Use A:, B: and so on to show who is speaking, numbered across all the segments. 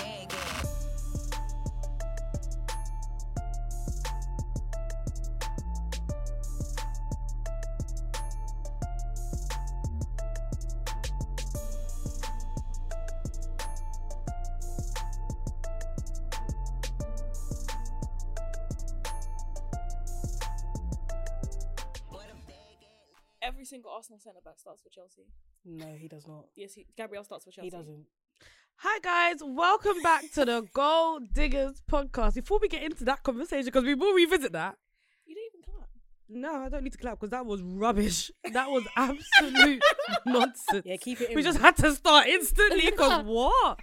A: bag is.
B: Every single Arsenal centre back starts for Chelsea.
C: No, he does not.
B: Yes, he, Gabriel starts for Chelsea.
C: He doesn't.
D: Hi guys, welcome back to the Gold Diggers podcast. Before we get into that conversation, because we will revisit that.
B: You don't even clap.
D: No, I don't need to clap because that was rubbish. That was absolute nonsense.
C: Yeah, keep it in.
D: We just had to start instantly because what?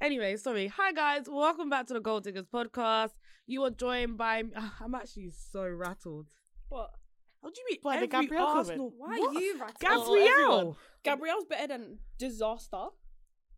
D: Anyway, sorry. Hi guys, welcome back to the Gold Diggers podcast. You are joined by I'm actually so rattled.
B: But
D: How do you mean?
C: By the
D: every
C: Gabriel comment?
D: Arsenal?
B: why are you rattled?
D: Gabriel?
B: Gabriel's better than disaster.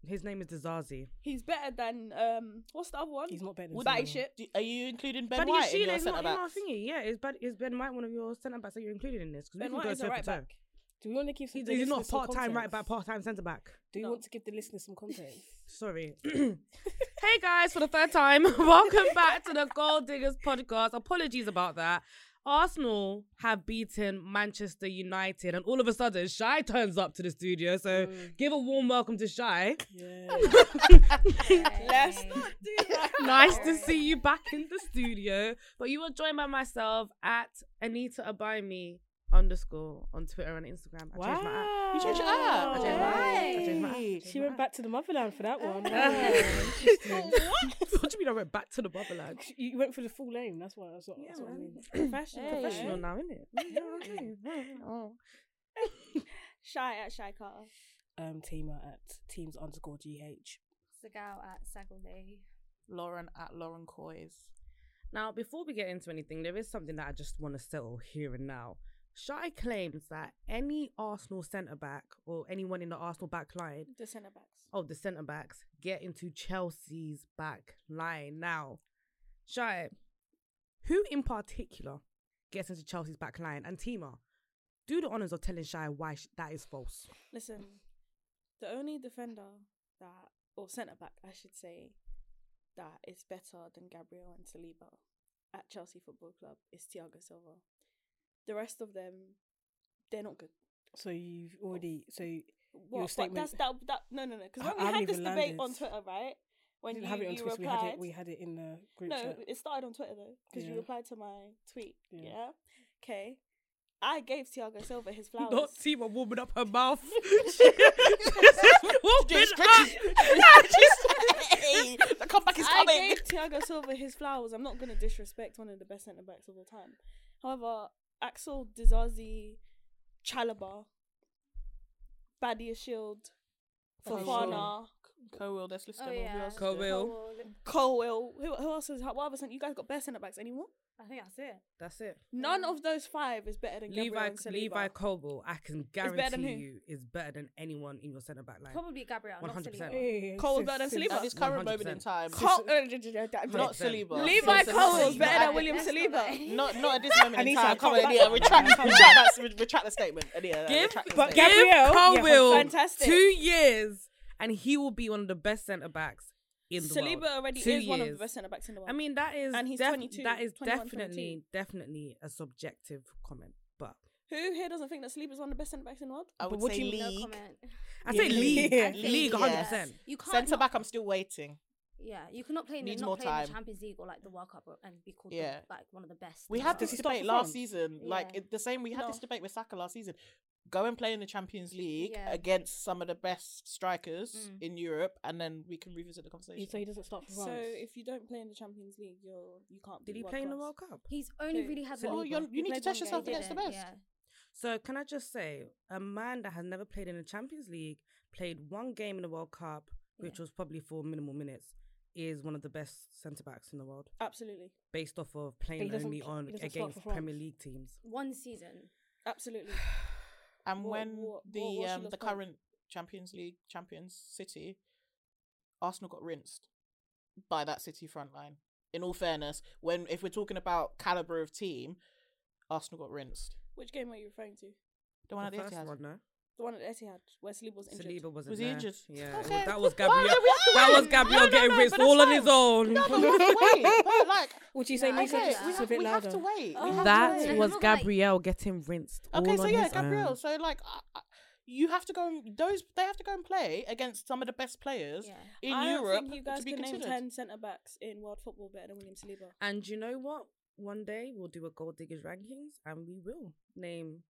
D: His name is Dizazi.
B: He's better than um. What's the other one?
C: He's not better than
B: All that
C: Salah.
B: shit.
E: Do- Are you including Ben
D: But
E: White in
D: Yoshida
E: your
D: is not
E: centre
D: in our
E: backs?
D: thingy. Yeah, is, but is Ben White one of your centre backs that you're including in this? Because we
B: Ben
D: can
B: White
D: go
B: is a
D: toe for
B: right
D: toe.
B: back.
C: Do we want to give? the
D: He's, he's not
C: listeners some
D: part time right
C: context?
D: back, part time centre back.
C: Do we
B: No.
C: want to give the listeners some content?
D: Sorry. hey guys, for the third time, welcome back to the Gold Diggers podcast. Apologies about that. Arsenal have beaten Manchester United, and all of a sudden, Shy turns up to the studio. So
C: Mm.
D: give a warm welcome to Shy.
B: Let's not do that.
D: nice to see you back in the studio. But you are joined by myself at Anita Abime underscore on Twitter and Instagram. I changed my app.
E: You changed your app.
D: I changed my app. I changed my app.
C: She went back to the motherland for that one.
D: what do you mean I went back to the motherland?
C: you went for the full name. That's why. That's what, that's what I mean.
D: Professional, professional now, isn't it?
B: Shy at Shy Carter.
C: Um, teamer at teams underscore gh.
A: Sagal at Sagalay.
E: Lauren at Lauren Coys.
D: Now, before we get into anything, there is something that I just want to settle here and now. Shai claims that any Arsenal centre back or anyone in the Arsenal back line,
B: The centre backs.
D: oh, the centre backs, get into Chelsea's back line. Now, Shai, who in particular gets into Chelsea's back line? And Tima, do the honours of telling Shai why sh- that is false.
B: Listen, the only defender that, or centre back, I should say, that is better than Gabriel and Saliba at Chelsea Football Club is Thiago Silva. The rest of them, they're not good.
C: So you've already. So
B: What?
C: your
B: But
C: statement.
B: that's that. that no, no, no. Because when
C: I- I
B: we
C: haven't
B: had this
C: even
B: debate
C: landed.
B: on Twitter, right? When
C: didn't
B: you,
C: have it on
B: you
C: Twitter. We had
B: replied,
C: it. We had it in the group
B: no,
C: chat.
B: it started on Twitter though because you
C: Yeah.
B: replied to my tweet.
C: Yeah.
B: Yeah. Okay. I gave Thiago Silva his flowers.
D: Not Tima warming up her mouth. She- she's warming up.
E: Hey, the comeback is
B: I
E: coming.
B: gave Thiago Silva his flowers. I'm not going to disrespect one of the best centre backs of all time. However, Axel Dizazi, Chalaba, Badia Shield,
C: Okay,
B: Fofana,
E: Co-will, let's list
A: Oh
E: them.
A: yeah.
D: Cowell.
B: Cowell. Who, who else is? What other centre? You guys got better centre backs anymore?
A: I think that's it.
D: That's it.
B: None of those five is better than Gabriel
D: Levi
B: and Saliba.
D: Levi Colwell, I can
B: better than
D: guarantee
B: who?
D: you, is better than anyone in your centre back line.
A: Probably Gabriel, not
D: 100%.
A: Saliba.
B: Cole's better than
E: At
B: Saliba.
E: this current moment in
D: 100%.
E: time,
B: Col- uh,
E: not
D: Sorry.
E: Saliba.
B: Levi
E: So
B: Cole is
E: Saliba-
B: better
E: I-
B: than William Saliba.
E: Not, not at this moment in
C: Anita,
E: time. Come on,
C: come back.
E: Anita, retract,
C: Come
E: retract, that, re- retract the statement. Anita,
D: Give,
E: retract the
C: but
E: statement.
C: Gabriel- yeah,
D: give Colwell
B: fantastic.
D: two years, and he will be one of the best centre backs in the world.
B: Saliba already
D: Two
B: is one of the
D: years.
B: best centre backs in the world.
D: I mean, that is
B: And he's 22,
D: that is
B: 21,
D: definitely
B: 22.
D: definitely a subjective comment, but
B: Who here doesn't think that Saliba is one of the best centre backs in the world?
E: I
D: But
E: would
D: what
E: say
D: do you-
F: No
E: league.
F: comment.
D: I say
C: Yeah.
D: league,
C: Yeah.
F: I think
D: league,
E: yes.
D: hundred percent.
F: You can't
E: Centre
F: not-
E: back, I'm still waiting.
F: Yeah, you cannot play in the,
E: Needs
F: not
E: more
F: play in
E: time.
F: the Champions League or like the World Cup or- and be called the-
E: Yeah.
F: like one of the best.
E: We
F: in
E: had
F: the
E: this
C: he
F: world.
C: start for
E: debate last
C: France?
E: season. Like
F: Yeah.
E: it, the same, we had this
B: No.
E: debate with Saka last season. Go and play in the Champions League
F: Yeah.
E: against some of the best strikers
F: Mm.
E: in Europe, and then we can revisit the conversation.
C: So he doesn't start for
B: So
C: France.
B: if you don't play in the Champions League, you're you can't.
D: Did
B: be
D: he
B: world
D: play in the
B: class.
D: World Cup?
F: He's only
B: Who?
F: really had
D: So
E: oh,
F: one.
E: you're,
B: He
E: you need to
B: played
E: test
B: one
E: yourself
B: game,
E: against the
F: didn't,
E: best.
F: yeah.
D: So can I just say, a man that has never played in the Champions League, played one game in the World Cup, which
F: Yeah.
D: was probably for minimal minutes, is one of the best centre backs in the world,
B: Absolutely,
D: based off of
C: he
D: playing
C: doesn't
D: only
C: pl-
D: on
C: he doesn't start
D: against
C: for France.
D: Premier League teams.
F: One season.
B: absolutely.
E: And
B: What-
E: when
B: what- what
E: the
B: was she
E: um,
B: last
E: the
B: time?
E: current Champions League champions City, Arsenal got rinsed by that City front line. In all fairness, when if we're talking about caliber of team, Arsenal got rinsed.
B: Which game were you referring to?
E: The one
D: the
E: at the
D: first
E: Etihad.
D: one, no?
B: The one at Etihad where Saliba was injured.
D: Saliba wasn't
E: Was he
D: there.
E: injured?
D: Yeah, it
E: Okay.
D: was- that was
E: Why are
D: Gabriel.
E: we up to
D: That was
E: it?
D: Gabriel
E: No, no,
D: getting
E: no,
D: rinsed
E: but that's
D: all on his
E: fine.
D: own.
E: No, but we have to wait. No, like,
C: Would you say
F: I
C: Lisa?
F: get
E: okay,
F: that.
E: we
C: Just a
E: have,
C: bit
E: we have
C: louder. Oh.
E: to wait. We have
F: That
E: to
D: That
F: was
E: wait.
D: was
F: Like-
D: Gabrielle getting rinsed.
E: Okay,
D: all
E: so
D: on
E: yeah,
D: his own.
E: Gabriel. So like, I- I- you have to go. and Those they have to go and play against some of the best players
F: Yeah.
E: in
B: I
E: Europe
B: don't think you guys
E: to be
B: can name
E: considered.
B: ten centre backs in world football better than William Saliba.
D: And you know what? One day we'll do a gold diggers rankings, and we will name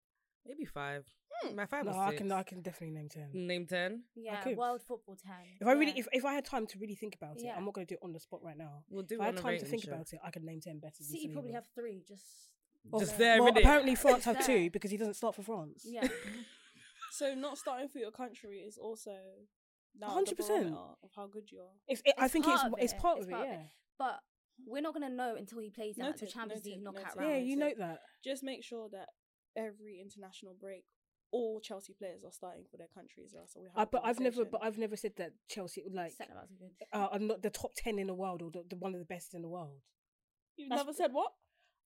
D: maybe five.
E: Hmm.
D: My five
C: No,
D: or
C: I
D: six.
C: can, I can definitely name ten.
D: Name ten.
F: Yeah,
C: could.
F: World Football 10.
C: If I really,
F: Yeah.
C: if, if I had time to really think about it,
F: Yeah.
C: I'm not going to do it on the spot right now.
D: We'll do
C: if
D: it
C: I had
D: on a
C: time to
D: rating
C: think
D: show.
C: about it, I could name ten better. than
F: City
C: Saliba.
F: probably have three. Just
C: Well,
D: Just there,
C: well,
D: innit?
C: apparently
F: Just
C: France have
F: there.
C: two because he doesn't start for France.
F: yeah,
B: So not starting for your country is also now the
C: 100%.
B: barometer of how good you are.
C: It's, it, I
F: It's
C: think it's
F: part of
C: it's
F: it.
C: part
F: It's
C: of it.
F: part of
C: Yeah,
F: it. but we're not gonna know until he plays out the
B: Noted,
F: Champions
B: noted,
F: League knockout
B: noted.
F: round.
C: yeah, you know
B: Right.
C: that.
B: Just make sure that every international break, all Chelsea players are starting for their countries. Or else we have
C: I,
B: a
C: but I've never,
B: conversation.
C: but I've never said that Chelsea like
F: Centre backs are good.
C: uh, I'm not the top ten in the world or the, the one of the best in the world.
B: You've
C: That's-
B: never said what?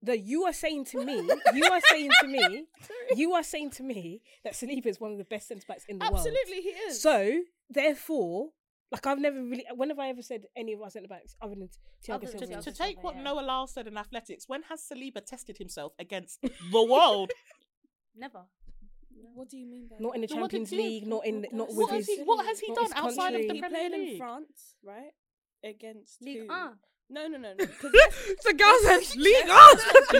C: That you are saying to me, you are saying to me, you are saying to me that Saliba is one of the best centre backs in the world.
B: Absolutely, he is.
C: So therefore, like I've never really, when have I ever said any of our centre backs other than
F: Other
C: Thiago
F: than
C: Silva?
F: Thiago
E: To
F: Silva,
E: take what
F: yeah.
E: Noah Lyle said in athletics, when has Saliba tested himself against the world?
F: Never.
B: what do you mean by
C: Not in the
E: So what did
C: Champions
E: you-
C: League, not in,
B: what
C: not
B: does-
C: with
E: what,
C: his.
E: has he, what has he
C: not
E: done
C: his
E: outside of
C: country.
E: the
B: he
E: Premier
B: played
E: League?
B: in France, right? Against
F: League
B: who?
F: Ah,
B: No, no, no. Because
D: the girl said, "League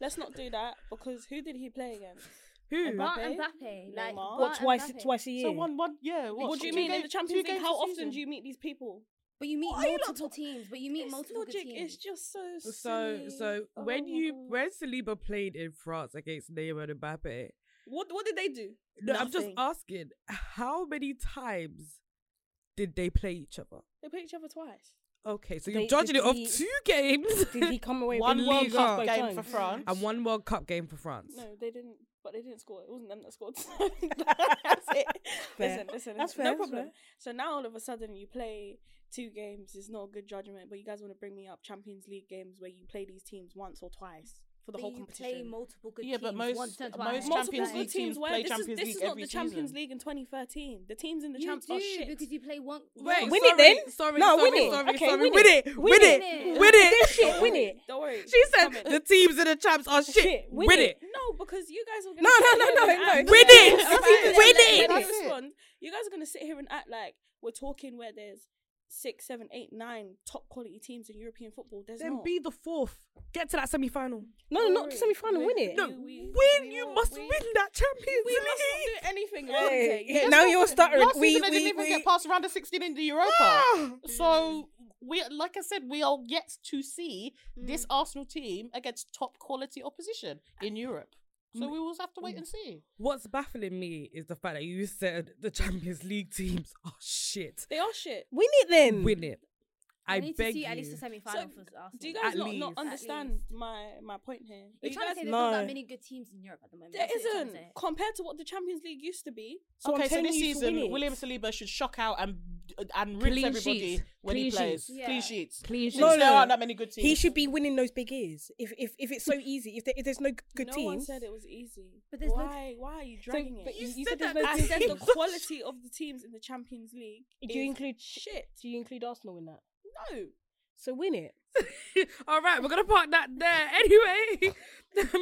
B: let's not do that because who did he play against?
D: Who?
F: Bar
B: Mbappe,
F: and Mbappe. Like
B: Neymar.
C: What
F: Bar
C: twice,
F: and Mbappe.
C: twice a year?
E: So one, one, yeah. What,
B: What, do you
E: two
B: mean in
E: game-
B: the
E: two
B: Champions League?
E: games
B: How
E: a
B: often
E: season?
B: do you meet these people?
F: But you meet
B: Why are you not
F: multiple
B: talk-
F: teams. But you meet
B: This
F: multiple good
B: logic
F: teams.
B: is just so.
D: So,
B: silly.
D: so
B: Oh
D: when
B: my
D: you
B: God.
D: when Saliba played in France against Neymar and Mbappe,
B: what what did they do?
D: no, I'm just
B: Nothing.
D: asking, how many times did they play each other?
B: They played each other twice.
D: Okay, so
C: They-
D: you're judging
C: did
D: it off
C: he-
D: two games
C: Did he come away
E: One
C: with
E: World
D: Ligue
E: Cup
C: both
E: game for
C: times?
E: France.
D: and one World Cup game for France.
B: No, they didn't. But they didn't score. It wasn't them that scored. that's it.
C: Fair.
B: Listen, listen. listen.
C: That's fair,
B: no
C: that's
B: problem.
C: fair.
B: So now all of a sudden you play two games. It's not a good judgment. But you guys want to bring me up Champions League games where you play these teams once or twice for the
F: But
B: whole
F: you
B: competition.
F: play multiple good
E: Yeah,
F: teams.
E: but most-
F: once and
E: most
F: twice.
B: Multiple
E: Champions
B: good
E: League teams
B: where
E: play
B: this
E: Champions
B: is, this
E: League
B: is not
E: every
B: the Champions
E: season.
B: League in 2013. The teams in the
F: You
B: Champions are
F: do
B: shit.
F: because you play one.
D: Wait,
C: Win
D: sorry,
C: it then.
D: Sorry,
C: no,
D: sorry,
C: win it.
D: sorry,
C: okay,
D: sorry.
C: win,
D: Win
C: it.
D: it, win it, win it.
C: This shit, win it.
B: Don't worry.
D: She said
B: Come in.
D: the teams in the champs are shit.
C: Shit, win
D: Win,
C: it.
D: it.
B: No, because you guys are gonna
C: No,
B: sit
C: no,
B: here
C: no,
B: and
C: no,
B: act-
C: no. Win
B: Okay,
C: it.
B: let me- let me-
C: Win it.
B: let me
E: That's it.
B: respond. You guys are gonna sit here and act like we're talking where there's six, seven, eight, nine top quality teams in European football. There's
D: Then
B: not.
D: be the fourth. Get to that semi final.
C: No, no, not semi final, win it.
D: No,
B: We- we-
D: win.
B: we
D: You
B: will-
D: must
B: we-
D: win that Champions
B: we must not
D: League.
B: do anything. around
C: Hey,
B: it. You
C: yeah,
B: just
C: now
B: have
C: you're
B: to-
C: stuttering.
E: Last
C: We,
E: season they
C: we,
E: didn't even
C: we,
E: get past round of 16 in the Europa.
D: Ah!
E: So we, like I said, we are yet to see
C: Mm.
E: this Arsenal team against top quality opposition in Europe.
C: Mm.
E: So we will have to wait and see.
D: What's baffling me is the fact that you said the Champions League teams are shit.
B: They are shit.
C: win it then.
D: Win it. I,
F: I need
D: beg
F: to see
D: you.
F: at least a semi
B: So,
F: final for Arsenal.
B: do you guys
D: At
B: not,
D: least.
B: not
D: At
B: understand
F: least.
B: my my point here? You
F: You're trying to
B: guys-
F: say there's not
C: No.
F: that many good teams in Europe at the moment.
B: there
F: That's what you're trying to
B: isn't
F: say.
B: compared to what the Champions League used to be.
C: So I'm
E: okay, so
C: telling
E: this
C: you to win
E: season,
C: it.
E: William Saliba should shock out and and rinse
D: Clean
E: everybody
D: sheets.
E: when he
D: Clean
E: plays.
D: sheets.
F: Yeah.
E: Clean sheets.
D: Clean
E: Since
D: sheets.
E: there aren't that many good teams.
C: He should be winning those big ears. If if if it's so easy, if, there, if there's no g- good
B: no
C: teams,
B: one said it was easy.
F: But there's no-
B: why? why are you dragging
C: but
B: it?
C: you You said said there's that no
B: I
C: good
B: said the
C: teams.
B: quality of the teams in the Champions League.
C: do you
B: is
C: include
B: shit?
C: Do you include Arsenal in that?
B: No,
C: So win it.
D: All right, we're gonna park that there. Anyway,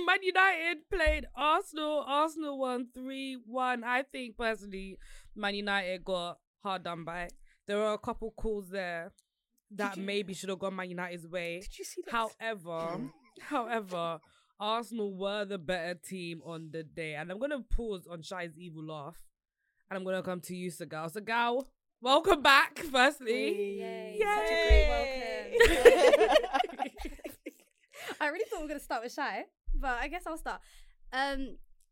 D: Man United played Arsenal. Arsenal won three one. I think personally, Man United got hard done by. There were a couple calls there that maybe should have gone Man United's way.
C: Did you see that?
D: However, however, Arsenal were the better team on the day, and I'm gonna pause on Shai's evil laugh, and I'm gonna come to you, Sagal. Sagal, welcome back. Firstly,
F: Yay. Such a great welcome. I really thought we were going to start with Shy, but I guess I'll start. Um,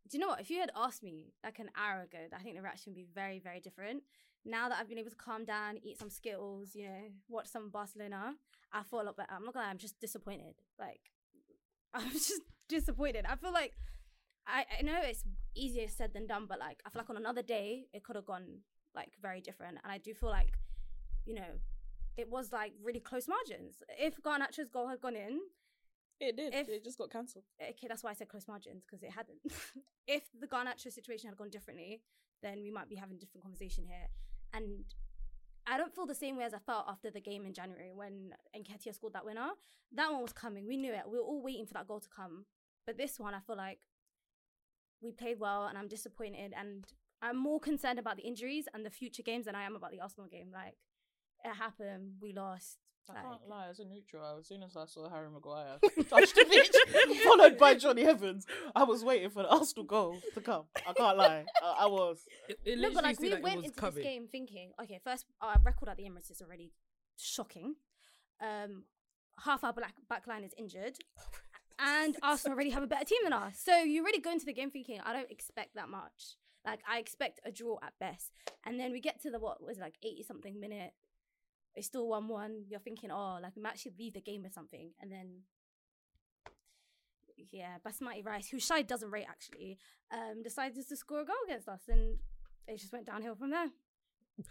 F: do you know what? If you had asked me like an hour ago, I think the reaction would be very, very different. Now that I've been able to calm down, eat some Skittles, you know, watch some Barcelona, I feel a lot better. I'm not gonna lie, I'm just disappointed. Like, I'm just disappointed. I feel like, I, I know it's easier said than done, but like, I feel like on another day, it could have gone like very different. And I do feel like, you know, it was like really close margins. If Garnacho's goal had gone in,
B: It did.
F: If-
B: it just got cancelled.
F: okay, that's why I said close margins because it hadn't. if the Garnacho situation had gone differently, then we might be having a different conversation here. And I don't feel the same way as I felt after the game in January when Enketia scored that winner. That one was coming. We knew it. We were all waiting for that goal to come. But this one, I feel like we played well, and I'm disappointed. And I'm more concerned about the injuries and the future games than I am about the Arsenal game. Like it happened. We lost.
E: I
F: like-
E: can't lie, as a neutral, as soon as I saw Harry Maguire touch the pitch, followed by Johnny Evans, I was waiting for the Arsenal goal to come. I can't lie, I, I was.
D: it, it
F: no, but
D: literally
F: like
D: seemed
F: we
D: it
F: went
D: was
F: into
D: coming.
F: this game thinking, okay, first our record at the Emirates is already shocking. Um, half our black back line is injured, and Arsenal already have a better team than us. So you really go into the game thinking, I don't expect that much. Like I expect a draw at best, and then we get to the what was it, like eighty something minute. It's still one one. You're thinking, oh, like we might actually leave the game or something, and then. Yeah, Basmati Rice, who Shai doesn't rate actually, um, decided to score a goal against us, and it just went downhill from there.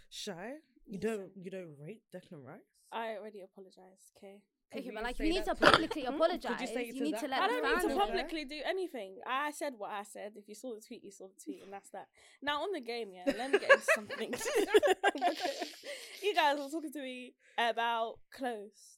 C: Shy? You don't you don't rate Declan Rice?
B: I already apologized. Okay.
F: okay,
C: you
F: but like
C: say
F: you need to
C: that
F: publicly
C: Hmm?
F: apologize.
C: Could you say it
F: you
C: to
F: need
C: that
F: to let
B: I
C: As
B: don't
C: fan
F: the
B: need to
F: fans
C: of
F: know.
C: that-
B: publicly do anything. I said what I said. If you saw the tweet, you saw the tweet, and that's that. Now on the game, yeah. Let me get into something. Because you guys were talking to me about close.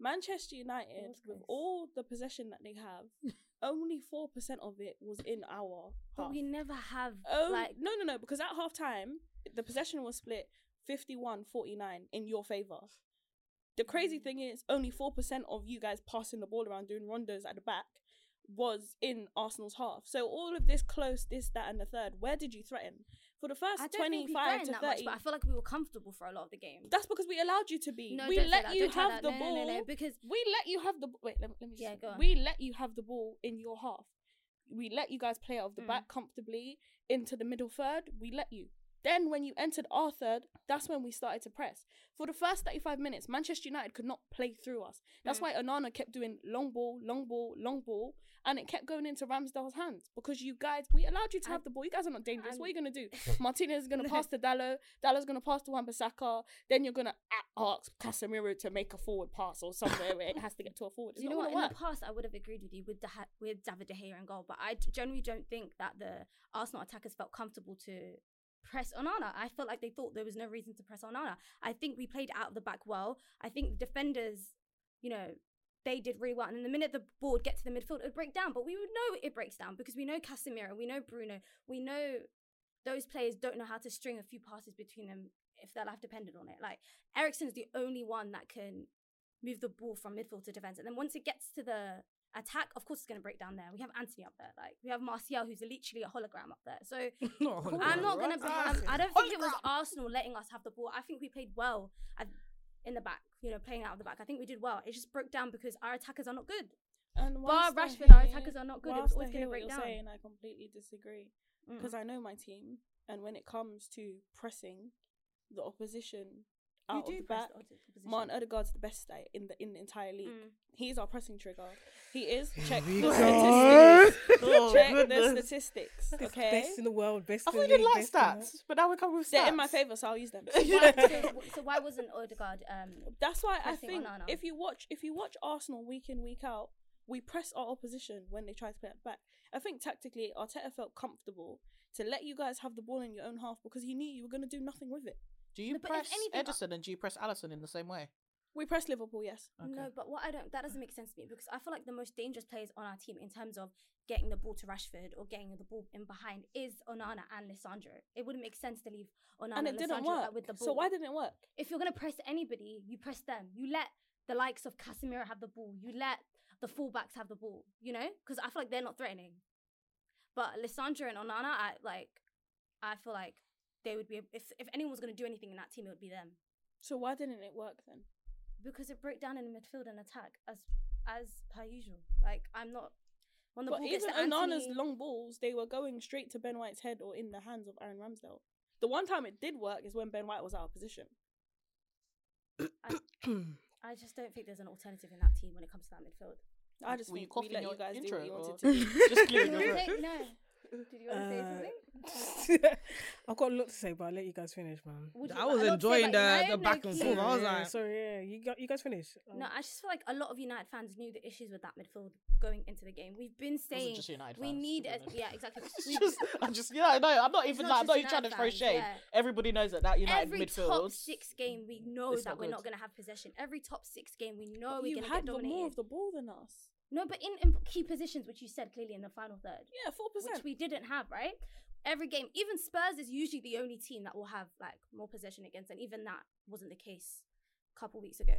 B: Manchester United,
F: was
B: with
F: close.
B: all the possession that they have, only four percent of it was in our.
F: But
B: half.
F: we never have
B: Oh
F: like
B: no no no! Because at half time, the possession was split 51-49 in your favor. The
F: Mm.
B: crazy thing is, only four percent of you guys passing the ball around, doing rondos at the back, was in Arsenal's half. So all of this close, this, that, and the third. Where did you threaten for the first
F: I don't think we
B: twenty-five
F: threatened
B: to
F: that
B: thirty?
F: much, but I feel like we were comfortable for a lot of the game.
B: that's because we allowed you to be.
F: No,
B: we
F: don't say
B: let
F: that,
B: you
F: don't try
B: have
F: that.
B: the
F: No, no,
B: ball.
F: no, no, because-
B: we let you have the b- wait. Let, me- let me.
F: Yeah,
B: just,
F: go on.
B: We let you have the ball in your half. We let you guys play out of the
F: Hmm.
B: back comfortably into the middle third. We let you. Then when you entered our third, that's when we started to press. For the first 35 minutes, Manchester United could not play through us.
F: Hmm.
B: That's why Onana kept doing long ball, long ball, long ball, and it kept going into Ramsdale's hands because you guys, we allowed you to
F: I-
B: have the ball. You guys are not dangerous.
F: I'm-
B: what are you going to do? Martinez is going to pass to Dallo. Dallo's going to pass to Wan-Bissaka. Then you're going to ask Casemiro to make a forward pass or somewhere where it has to get to a forward. It's
F: you
B: not
F: know what?
B: gonna
F: In
B: work.
F: the past, I would have agreed with you with the ha- with David de Gea in goal, but I d- generally don't think that the Arsenal attackers felt comfortable to press Onana. I felt like they thought there was no reason to press Onana. I think we played out of the back well. I think defenders, you know, they did really well. And then the minute the ball would get to the midfield, it would break down. But we would know it breaks down because we know Casemiro, we know Bruno, we know those players don't know how to string a few passes between them if their life depended on it. Like Ericsson's the only one that can move the ball from midfield to defense. And then once it gets to the attack, of course it's going to break down there. We have Anthony up there. Like we have Martial, who's literally a hologram up there. So
D: Not a hologram.
F: I'm not going to. I'm- I don't think it was Arsenal letting us have the ball. I think we played well at, in the back. You know, playing out of the back. I think we did well. It just broke down because our attackers are not good.
B: And
F: Bar
B: whilst I
F: Rashford, our
B: hear-
F: attackers are not good. It
B: whilst
F: was
B: I
F: always gonna
B: hear what
F: break
B: you're
F: down. Mm.
B: Saying, I completely disagree because I know my team, and when it comes to pressing the opposition out of
F: do
B: the
F: press
B: back,
F: the oppo- opposition.
B: Martin Odegaard's the best at it in the in the entire league.
F: Mm.
B: He's our pressing trigger. He is. Check the statistics.
E: Oh,
B: Check the
E: goodness.
B: statics.
C: It's
B: Okay.
C: Best in the world, best
E: I
C: in the
E: thought you didn't
C: league,
E: like
C: best in the-
E: stats, but now we come with stats.
B: They're in my favour, so I'll use them.
F: Why- so, so why wasn't Odegaard? Um,
B: That's why I
F: pressing
B: think
F: Onana.
B: if you watch if you watch Arsenal week in week out, we press our opposition when they try to play it back. I think tactically Arteta felt comfortable to let you guys have the ball in your own half because he knew you were going to do nothing with it.
E: Do you
F: No, but if
E: press
F: anything, I-
E: Edison and do you press Allison in the same way?
B: We pressed Liverpool, yes.
E: Okay.
F: No, but what I don't that doesn't make sense to me because I feel like the most dangerous players on our team in terms of getting the ball to Rashford or getting the ball in behind is Onana and Lissandro. It wouldn't make sense to leave Onana
B: and it didn't
F: Lissandro
B: work.
F: out uh, with the ball.
B: So why didn't it work?
F: if you're gonna press anybody, you press them. You let the likes of Casemiro have the ball. You let the fullbacks have the ball. You know, because I feel like they're not threatening. But Lissandro and Onana, I like. I feel like they would be if if anyone was gonna do anything in that team, it would be them
B: So why didn't it work then?
F: because it broke down in midfield and attack as as per usual. Like I'm not when the
B: but
F: ball gets
B: even
F: to
B: Anana's
F: Anthony-
B: long balls, they were going straight to Ben White's head or in the hands of Aaron Ramsdale. The one time it did work is when Ben White was out of position.
F: I just don't think there's an alternative in that team when it comes to that midfield.
B: I just
E: Were you
B: think we
E: coughing
B: let
E: your
B: you guys
E: intro,
B: do what you wanted
E: or-
B: to do.
E: Just clearing
F: no.
E: your throat.
F: Did you want to say
D: Uh,
F: something?
C: I've got a lot to say, but I'll let you guys finish, man.
F: Would you
D: I
F: like-
D: was
F: I'd love to say
D: enjoying
F: about
D: the,
F: United,
D: the
F: no
D: back and
F: key.
D: forth. I was
C: Yeah,
D: like,
C: sorry, yeah. You, got, you guys finish. Um,
F: No, I just feel like a lot of United fans knew the issues with that midfield going into the game. We've been saying
E: just United
F: we
E: fans,
F: need,
E: to
F: a,
E: be honest.
F: yeah, exactly.
E: It's
F: We-
E: just, I just, yeah, I know. I'm not even,
F: not
E: like, I'm
F: just
E: not even trying
F: United
E: to throw
F: fans,
E: shade.
F: yeah.
E: Every knows that that United
F: every
E: midfield.
F: top six game, we know
E: It's
F: that
E: not
F: we're not
E: good.
F: going to have possession. Every top six game, we know
B: But
F: we're
B: you
F: going to get
B: had the
F: dominated.
B: more of the ball than us.
F: No, but in, in key positions, which you said clearly in the final third,
B: Yeah, four
F: which
B: percent.
F: we didn't have, right? Every game, even Spurs is usually the only team that will have like more possession against, and even that wasn't the case a couple weeks ago.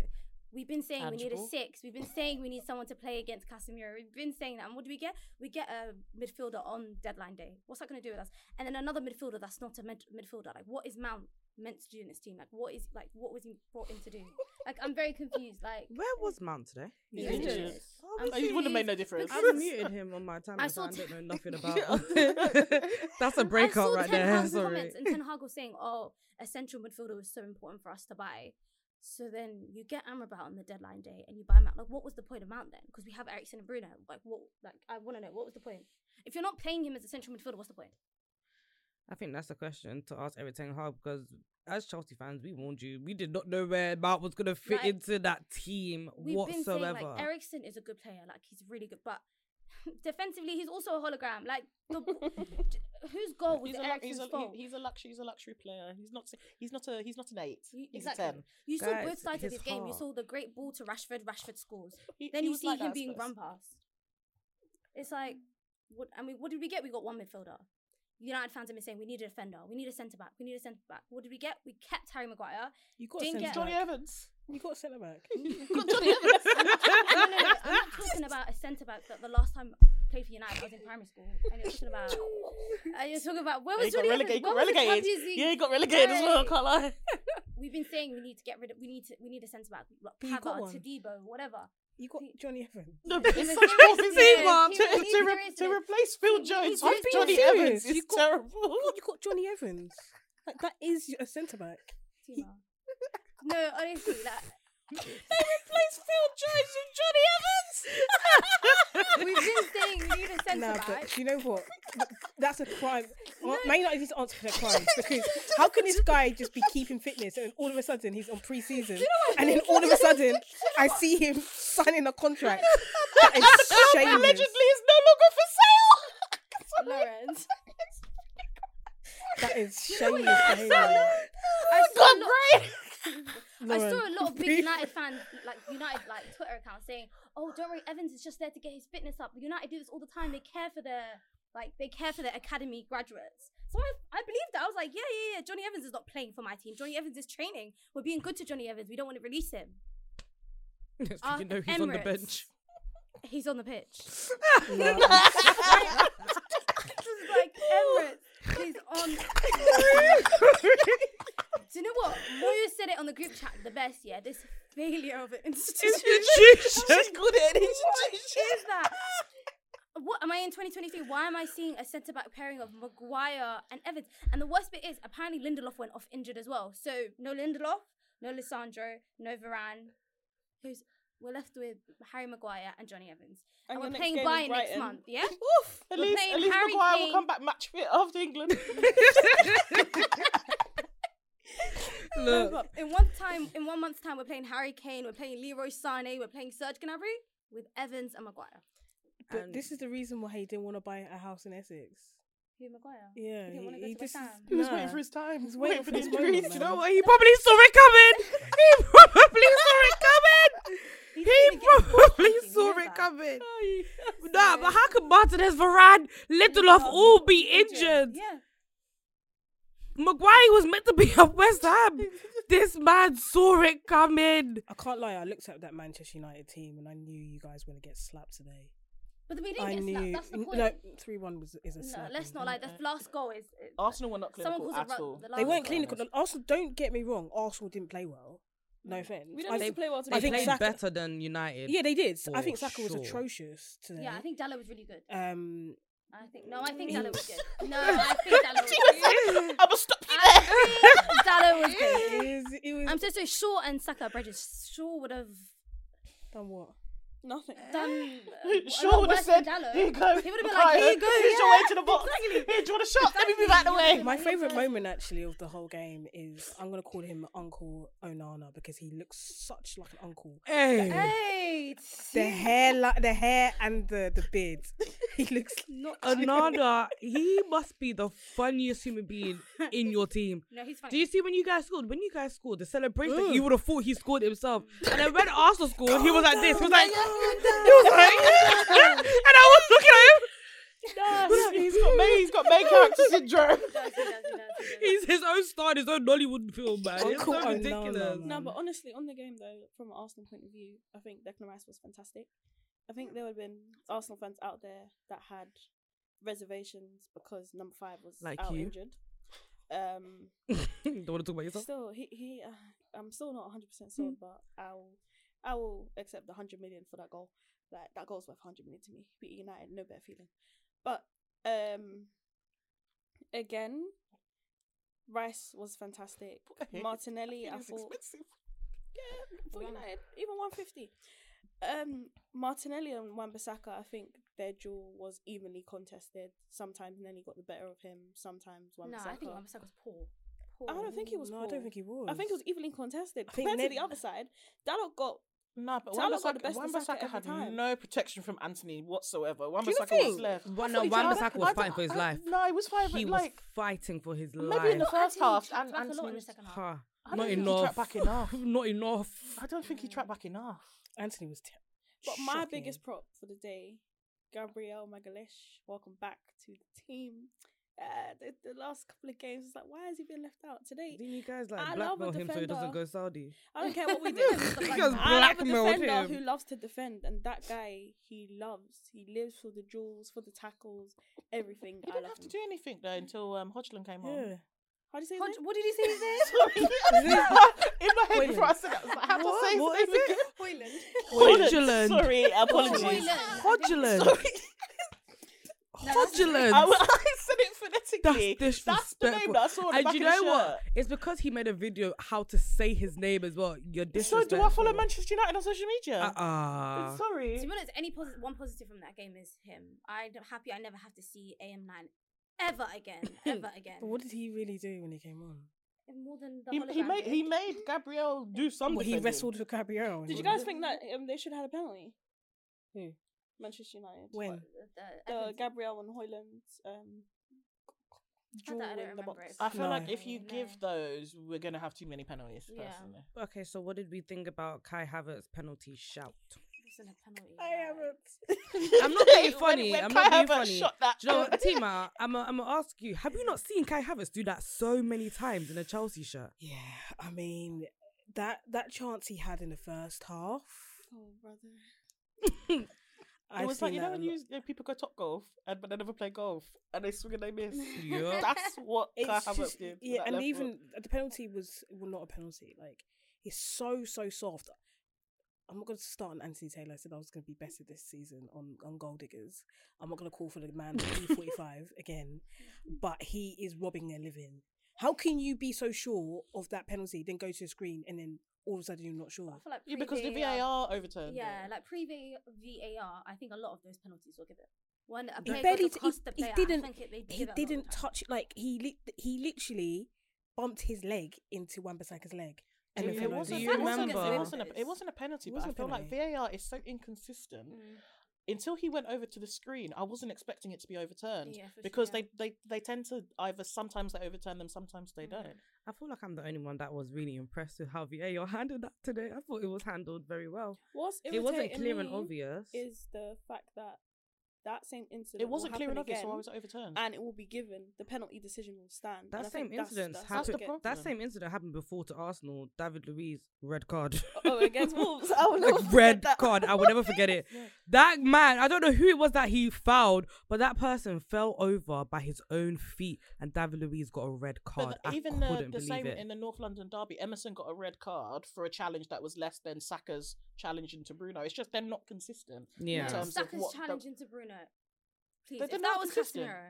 F: We've been saying we need
E: Tangible.
F: a six. We've been saying we need someone to play against Casemiro. We've been saying that, and what do we get? We get a midfielder on deadline day. What's that going to do with us? And then another midfielder that's not a mid- midfielder. Like, what is Mount meant to do in this team? Like, what is like what was he brought in to do? Like, I'm very confused. Like,
D: where was Mount today?
F: Yeah.
E: injured.
F: injured.
E: It Oh, wouldn't have made no difference.
D: I've
F: Because-
D: muted him on my time.
F: I
D: I,
F: saw
D: I
F: t-
D: don't know nothing about. That's a
F: I
D: breakup
F: saw
D: right
F: Ten
D: there.
F: Hag's
D: Sorry.
F: comments, and Ten Hag was saying, "Oh, a central midfielder was so important for us to buy." So then you get Amrabat on the deadline day, and you buy Mount. Like, what was the point of Mount then? Because we have Ericsson and Bruno. Like, what? Like, I want to know what was the point. If you're not playing him as a central midfielder, what's the point?
D: I think that's the question to ask every Ten Hag because as Chelsea fans, we warned you. We did not know where Mount was going to fit
F: Like,
D: into that team
F: We've
D: whatsoever.
F: been saying like Ericsson is a good player. Like, he's really good, but defensively, he's also a hologram. Like, the, whose goal was it
E: He's a, lu-
F: Ericsson's
E: he's, a,
F: fault?
E: he- he's a luxury. He's a luxury player. He's not. He's not a. He's not an eight.
F: You-
E: He's
F: exactly.
E: a ten.
F: You saw
D: Guys,
F: both sides of
D: his
F: his game. You
D: heart.
F: saw the great ball to Rashford. Rashford scores.
E: He-
F: then
E: he
F: you
E: was
F: see
E: like that
F: him
E: at
F: being
E: Spurs.
F: run past. It's like, what? I mean, what did we get? We got one midfielder. United fans have been saying we need a defender. We need a centre back. We need a centre back. What did we get? We kept Harry Maguire.
C: You got
F: Didn't
C: centre
F: get-
C: back.
E: Johnny Evans.
C: You got centre back.
F: no, no, no, I'm not talking about a centre back that the last time I played for United I was in primary school. And you're talking about. And you're talking about where
E: Yeah,
F: was
E: he got
F: Johnny Evans? Where was the
E: relegated. He got relegated.
F: Champions League?
E: Yeah, he got relegated as well. I
F: Right.
E: can't lie.
F: We've been saying we need to get rid of. We need to. We need a centre back. Like,
C: But you got
F: Pavard,
C: one.
F: Tadebo, whatever.
C: You got Johnny Evans.
E: No, but
F: the
E: it's such
F: serious
E: poor
F: business.
E: teamwork. to,
F: He was
E: to, re-
F: serious
E: to
F: business.
E: replace Phil Jones with
F: serious
E: Johnny
C: business.
E: Evans
C: You
E: is
C: got-
E: terrible.
C: You got Johnny Evans. Like that is a centre back.
F: Timo. no, honestly, like.
E: they replaced Phil Jones
F: We've
E: with Johnny Evans.
F: been saying we need a centre
C: Nah,
F: back.
C: but you know what? That's a crime. Man United needs to answer for their crimes because how can this guy just be keeping fitness and all of a sudden he's on pre-season and then all of a sudden I see him signing a contract that is shameless.
E: Allegedly, is no longer for sale.
F: Lawrence.
C: That is shameless behaviour.
F: I saw, a lot, I
C: Lauren,
F: saw a lot of
C: be-
F: big United fans, like United, like Twitter accounts saying, "Oh, don't worry, Evans is just there to get his fitness up." United do this all the time. They care for their, like, they care for their academy graduates. So I, I believed that. I was like, "Yeah, yeah, yeah." Johnny Evans is not playing for my team. Johnny Evans is training. We're being good to Johnny Evans. We don't want to release him.
D: Next thing
F: Our
D: you know, he's on the
F: Uh, Emirates.
D: bench.
F: He's on the pitch.
C: Nah,
F: This is like Emirates. He's on. Do you know what? Moyo said it on the group chat the best, yeah. This failure of an institution.
E: She's good at it.
F: is that? What am I in 2023? Why am I seeing a centre back pairing of Maguire and Evans? And the worst bit is apparently Lindelof went off injured as well. So no Lindelof, no Lissandro, no Varane. Who's we're left with Harry Maguire and Johnny Evans.
B: And
F: And,
B: your
F: we're
B: next
F: playing
B: game is
F: Bayern next
B: Brighton.
F: month, yeah?
E: Oof. At
F: We're
E: least,
F: playing
E: at least
F: Harry
E: Maguire will
F: Kane.
E: come back match fit after England.
D: Look,
F: In one time, in one month's time, we're playing Harry Kane, we're playing Leroy Sane, we're playing Serge Gnabry with Evans and Maguire.
C: but this is the reason why he didn't want to buy a house in Essex.
F: Who Maguire?
C: Yeah,
F: He didn't want to go to West
C: just
F: Ham.
E: He was waiting for his time. He
C: He's
E: was waiting for the
C: his moment,
E: injuries. You know
C: man.
E: what?
D: he probably saw it coming. He probably saw it He
F: didn't get bored from
D: probably
F: thinking,
D: saw
F: you know
D: it
F: that.
D: coming. Nah, but how could Martinez, Varane, Lindelof all be injured?
F: Yeah.
D: Maguire was meant to be at West Ham. this man saw it coming.
C: I can't lie. I looked at that Manchester United team and I knew you guys were gonna get slapped today.
F: But we didn't
C: I
F: get
C: knew.
F: slapped. That's the point.
C: No, three one was is a
F: No,
C: slap.
F: let's not like the last goal is. is-
E: Arsenal were not
F: Someone
E: clinical
F: calls it
E: at
F: ru-
E: all.
F: the
C: They
F: last
C: weren't
F: goal.
C: clinical. Arsenal, don't get me wrong. Arsenal didn't play well. No offense.
B: We don't
C: I
B: need to
C: think-
B: play well today.
D: They
C: I think
D: played
C: Saka-
D: better than United.
C: Yeah, they did. I
D: for
C: think Saka was
D: sure.
C: atrocious today.
F: Yeah, I think Dalla was really good.
C: Um,
F: I think no, I think Dalla was good. No, I think Dalla was good.
E: I'm gonna stop you there.
F: I think Dalla was
C: it
F: good.
C: was, it was
F: I'm so so sure and Saka Bridges sure would have
C: done what?
B: Nothing.
F: done.
E: Shaw would have said, "Here you go."
F: He would have been
E: Maguire,
F: like, "Here you go."
E: Here's your
F: yeah."
E: way to the box. Here, do you want a shot? Let me move out the way.
C: My favorite
F: Right.
C: moment actually of the whole game is I'm gonna call him Uncle Onana because he looks such like an uncle.
D: Hey,
F: Hey,
C: The hair, like the hair and the the beard. He looks not
D: Anada, he must be the funniest human being in your team.
F: no, he's fine.
D: Do you see when you guys scored? When you guys scored, the celebration, you would have thought he scored himself. And then when Arsenal scored, he was like this. He was like, he was like, and I was looking at him.
E: He's got main, he's got main character syndrome.
F: He does, he does, he does, he does.
D: He's his own star, in his own Nollywood film, man. It's
C: Uncle
D: so
C: Onana,
D: ridiculous.
C: man.
B: No, but honestly, on the game though, from an Arsenal point of view, I think Declan Rice was fantastic. I think there would have been Arsenal fans out there that had reservations because number five was
D: Like
B: out
D: you.
B: injured. Um,
D: Don't want to talk about yourself.
B: still, he he, uh, I'm still not 100 percent sold, but I'll I will accept the 100 million for that goal. Like that goal's worth 100 million to me. Beat United, no better feeling. But um, again, Rice was fantastic. Martinelli, I thought. Yeah, for United, even 150. Um, Martinelli and Wan Bissaka, I think their duel was evenly contested. Sometimes Nelly got the better of him, sometimes Wan
F: No,
B: Bissaka.
F: I think Wan Bissaka's poor.
B: I don't think he was.
C: No, I
B: poor.
C: don't think he was.
B: I think it was evenly contested.
C: I think
B: Compared to
C: Ned-
B: the other side, Dalot got.
E: No, but
B: Talot got the
E: Wan-Bissaka
B: best
E: Wan
B: of Saka
E: Bissaka
B: every
E: had
B: time.
E: no protection from Anthony whatsoever.
C: you
E: Wan-Bissaka was
C: think?
E: left.
D: Well, no,
E: I
D: Wan
E: thought
D: Bissaka
E: he-
D: was
E: I- I-
D: fighting for his
E: I-
D: life.
E: No, he was fighting.
D: He
E: but,
D: was
E: like,
D: fighting for his
E: maybe
D: life.
E: in the first
F: Anthony
E: half,
F: tracked
E: and
F: back a lot in
E: Anthony
F: the second half.
D: Ha,
E: I don't
D: not
E: think he
D: enough.
E: tracked back enough.
D: not enough.
E: I don't think he tracked back enough.
C: Anthony was. Te-
B: But my
C: shocking.
B: biggest prop for the day, Gabrielle Magalish, welcome back to the team. Uh, the, the last couple of games, it's like, why has he been left out today?
D: Didn't you guys
B: I
D: like
B: love a
D: blackmail him so he doesn't
B: defender.
D: go Saudi?
B: I don't care what we do.
D: Because
B: I love a
D: blackmailed
B: defender
D: him.
B: who loves to defend, and that guy he loves. He lives for the duels, for the tackles, everything.
E: He
B: I
E: didn't
B: love
E: have to
B: him.
E: do anything though until um, Hodgland came on.
C: yeah.
B: How do you say his
F: Hodge-
B: name?
F: what did he say? His name?
E: Sorry. in my head before I said that, I was like, how do I say
D: What-
E: his name again?
D: Hodgland.
F: Hoyland.
E: Hodgland. Sorry, apologies.
D: Hodgland. Hodgland.
E: I, I said it phonetically.
D: That's
E: That's the name
D: disrespectful.
E: that I saw on the
D: and
E: back
D: you
E: of the
D: know what?
E: shirt.
D: It's because he made a video how to say his name as well. You're
E: So
D: disrespectful.
E: do I follow Manchester United on social media?
D: Uh-uh.
F: To
E: Sorry.
F: be honest, any posi- one positive from that game is him. I'm happy I never have to see AM9 ever again, ever again.
C: But what did he really do when he came on?
F: More than the
E: He, he
F: hologram
E: made
F: did.
E: he made Gabrielle do something.
C: Well, he wrestled with Gabriel.
B: Did you guys think that um, they should have had a penalty?
C: Who?
B: Manchester United.
C: when?
F: The- the
B: the
F: Evans-
B: Gabrielle and Hoyland's um,
F: I
B: duel
F: don't- I don't
B: in the
F: remember
B: box.
F: it.
E: I feel
C: No.
E: like if you
F: No.
E: give those, we're gonna have too many penalties.
F: Yeah.
E: Personally.
D: Okay, so what did we think about Kai Havertz's penalty shout?
F: it wasn't a penalty,
C: I
F: right?
C: haven't.
D: I'm not being
E: When-
D: funny.
E: when
D: I'm
E: Kai
D: not being
E: Havertz
D: funny.
E: shot that-
D: Do you know what, Tima? I'm i I'm gonna ask you. Have you not seen Kai Havertz do that so many times in a Chelsea shirt?
C: Yeah, I mean that that chance he had in the first half.
B: Oh, brother.
C: I've
E: it was like
C: seen
E: you know
C: that
E: when
C: a lot.
E: you, you know, people go top golf and but they never play golf and they swing and they miss.
D: Yeah.
E: That's what Kai
C: It's
E: Havertz
C: just,
E: did. with
C: yeah,
E: that
C: and
E: left
C: even
E: foot.
C: the penalty was well not a penalty. Like it's so so soft. I'm not going to start on Anthony Taylor. I said I was going to be better this season on on goal diggers. I'm not going to call for the man E45 again, but he is robbing their living. How can you be so sure of that penalty, then go to the screen and then all of a sudden you're not sure?
F: I feel like
E: yeah, because the
F: pre-VAR
E: VAR overturned.
F: Yeah,
E: it.
F: like pre VAR, I think a lot of those penalties were given. When a
C: he barely
F: player barely
C: t- he,
F: cost the
C: he
F: player,
C: didn't
F: I think it, they
C: he
F: give it a lot of
C: didn't
F: time.
C: touch like he li- he literally bumped his leg into Wan-Bissaka's leg and then
D: Do you-
C: fell
D: do
C: over.
D: you
E: it wasn't-
D: remember-
E: It wasn't, a, it wasn't a penalty,
C: It
E: but I
C: wasn't a
E: feel like
C: penalty.
F: Mm.
E: VAR is so inconsistent. until he went over to the screen, I wasn't expecting it to be overturned
F: Yeah, for sure,
E: because
F: yeah.
E: they, they they tend to either sometimes they overturn them, sometimes
F: Mm.
E: they don't.
D: I feel like I'm the only one that was really impressed with how VAR handled that today. I thought it was handled very well.
B: What's
D: It wasn't
B: irritating
D: clear and
B: me
D: obvious.
B: Is the fact that that same incident
E: It
B: will
E: wasn't clear
B: happen
E: enough, so
B: again,
E: why was it overturned?
B: and it will be given the penalty decision will stand. And I
D: That same
B: think that's-
D: incident
B: that's
E: That's the
D: happened.
B: what-
D: That
E: problem.
D: same incident happened before to Arsenal. David Luiz red card.
B: Oh, against Wolves. I will
D: Like,
B: never forget
D: red
B: that.
D: card. I will never forget it. That man, I don't know who it was that he fouled, but that person fell over by his own feet, and David Luiz got a red card.
E: But
D: I
E: even the,
D: couldn't
E: the
D: believe
E: same
D: it.
E: in the North London derby, Emerson got a red card for a challenge that was less than Saka's challenge into Bruno. It's just they're not consistent.
D: Yeah.
E: in
F: No,
E: terms of
F: Saka's
E: what the-
F: challenging to Bruno. Please,
E: They're
F: if that
E: not
F: was
E: consistent.
F: Casemiro.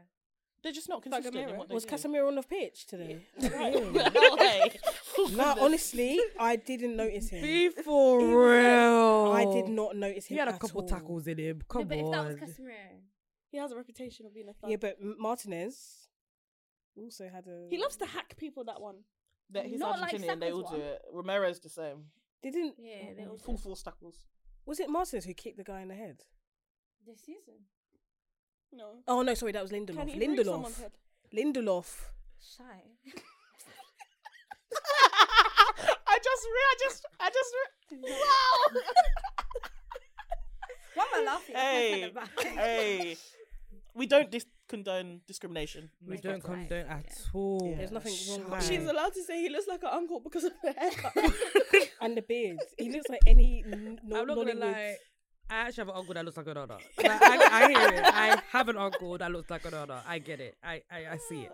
E: they're just not consistent. in
B: Casemiro.
E: what they
C: Was
E: do.
C: Casemiro on the pitch today?
E: Well, hey.
C: no, honestly, I didn't notice him.
D: Be for real.
C: I did not notice him.
D: He had a
C: at
D: couple
C: all.
D: tackles in him.
F: No,
D: Come
F: but if that was
D: on.
F: Casemiro,
B: He has a reputation of being a thug.
C: Yeah, but M- Martinez also had a.
B: he loves to hack people. That one.
E: That he's
F: Not like
E: Argentinian, they
F: Saka's
E: all
F: one.
E: do it. Romero's the same.
C: Didn't.
F: yeah,
D: Mm.
F: they all
E: Full
F: did.
E: force tackles.
C: Was it Martinez who kicked the guy in the head?
F: this season.
B: No.
C: Oh no, sorry, that was
B: Can
C: Lindelof.
B: he break
C: Lindelof.
B: someone's head?
C: Lindelof.
F: Shy.
E: I just, re- I just, I just. Re- wow.
F: Why am I laughing?
E: hey, hey. We don't dis- condone discrimination.
D: We don't
F: Respect.
D: condone at
F: Yeah.
D: all.
C: There's nothing wrong with
D: Shy.
B: She's allowed to say he looks like her uncle because of her haircut.
C: and the beard. He looks like any n- no,
D: I'm not gonna
C: Nollywood.
D: lie. I actually have an uncle that looks like an daughter. Like, I, I hear it. I have an uncle that looks like an daughter. I get it. I, I, I see it.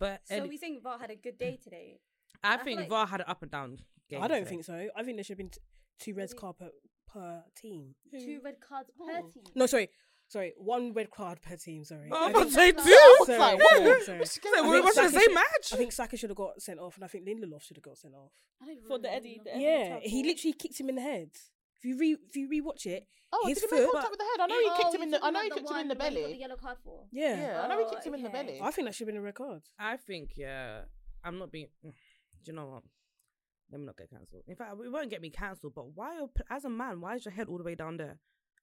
D: But
F: So
D: any-
F: we think Var had a good day today.
D: I
F: feel
D: think
F: like-
D: VAR had an up and down game.
C: I don't
D: today.
C: think so. I think there should have been t- two reds card per, per team.
F: Two red cards per team.
C: No, sorry, sorry, one red card per team. Sorry.
D: Oh,
C: I
D: I'm about
C: think-
D: to say
F: Sorry,
D: two.
C: sorry,
D: Like,
C: sorry,
D: what?
C: sorry.
D: She said,
C: I
D: we're
C: think
D: watching the
C: Saka
D: same
C: should-
D: match.
C: I think Saka should have got sent off, and I think Lindelof should have got sent off.
F: I don't
B: For the
F: really
B: Eddie-
F: know.
B: the Eddie
C: Yeah,
B: tackle.
C: he literally kicked him in the head. If you re if you rewatch it,
E: Oh,
C: his
E: did he make
C: foot.
E: contact with the head? I know
F: Oh,
E: he kicked him
F: you're
E: in the. I
F: talking
E: know
F: about
E: he kicked him in the
F: one where he got The
E: belly.
F: yellow card for.
C: yeah.
E: Yeah, I know he
F: Oh,
E: kicked him in the
F: okay.
E: belly.
C: I think that should have been a red card.
E: Ah.
D: I think, yeah, I'm not being. mm, Do you know what? Let me not get cancelled. In fact, it won't get me cancelled. But why, are- as a man, why is your head all the way down there?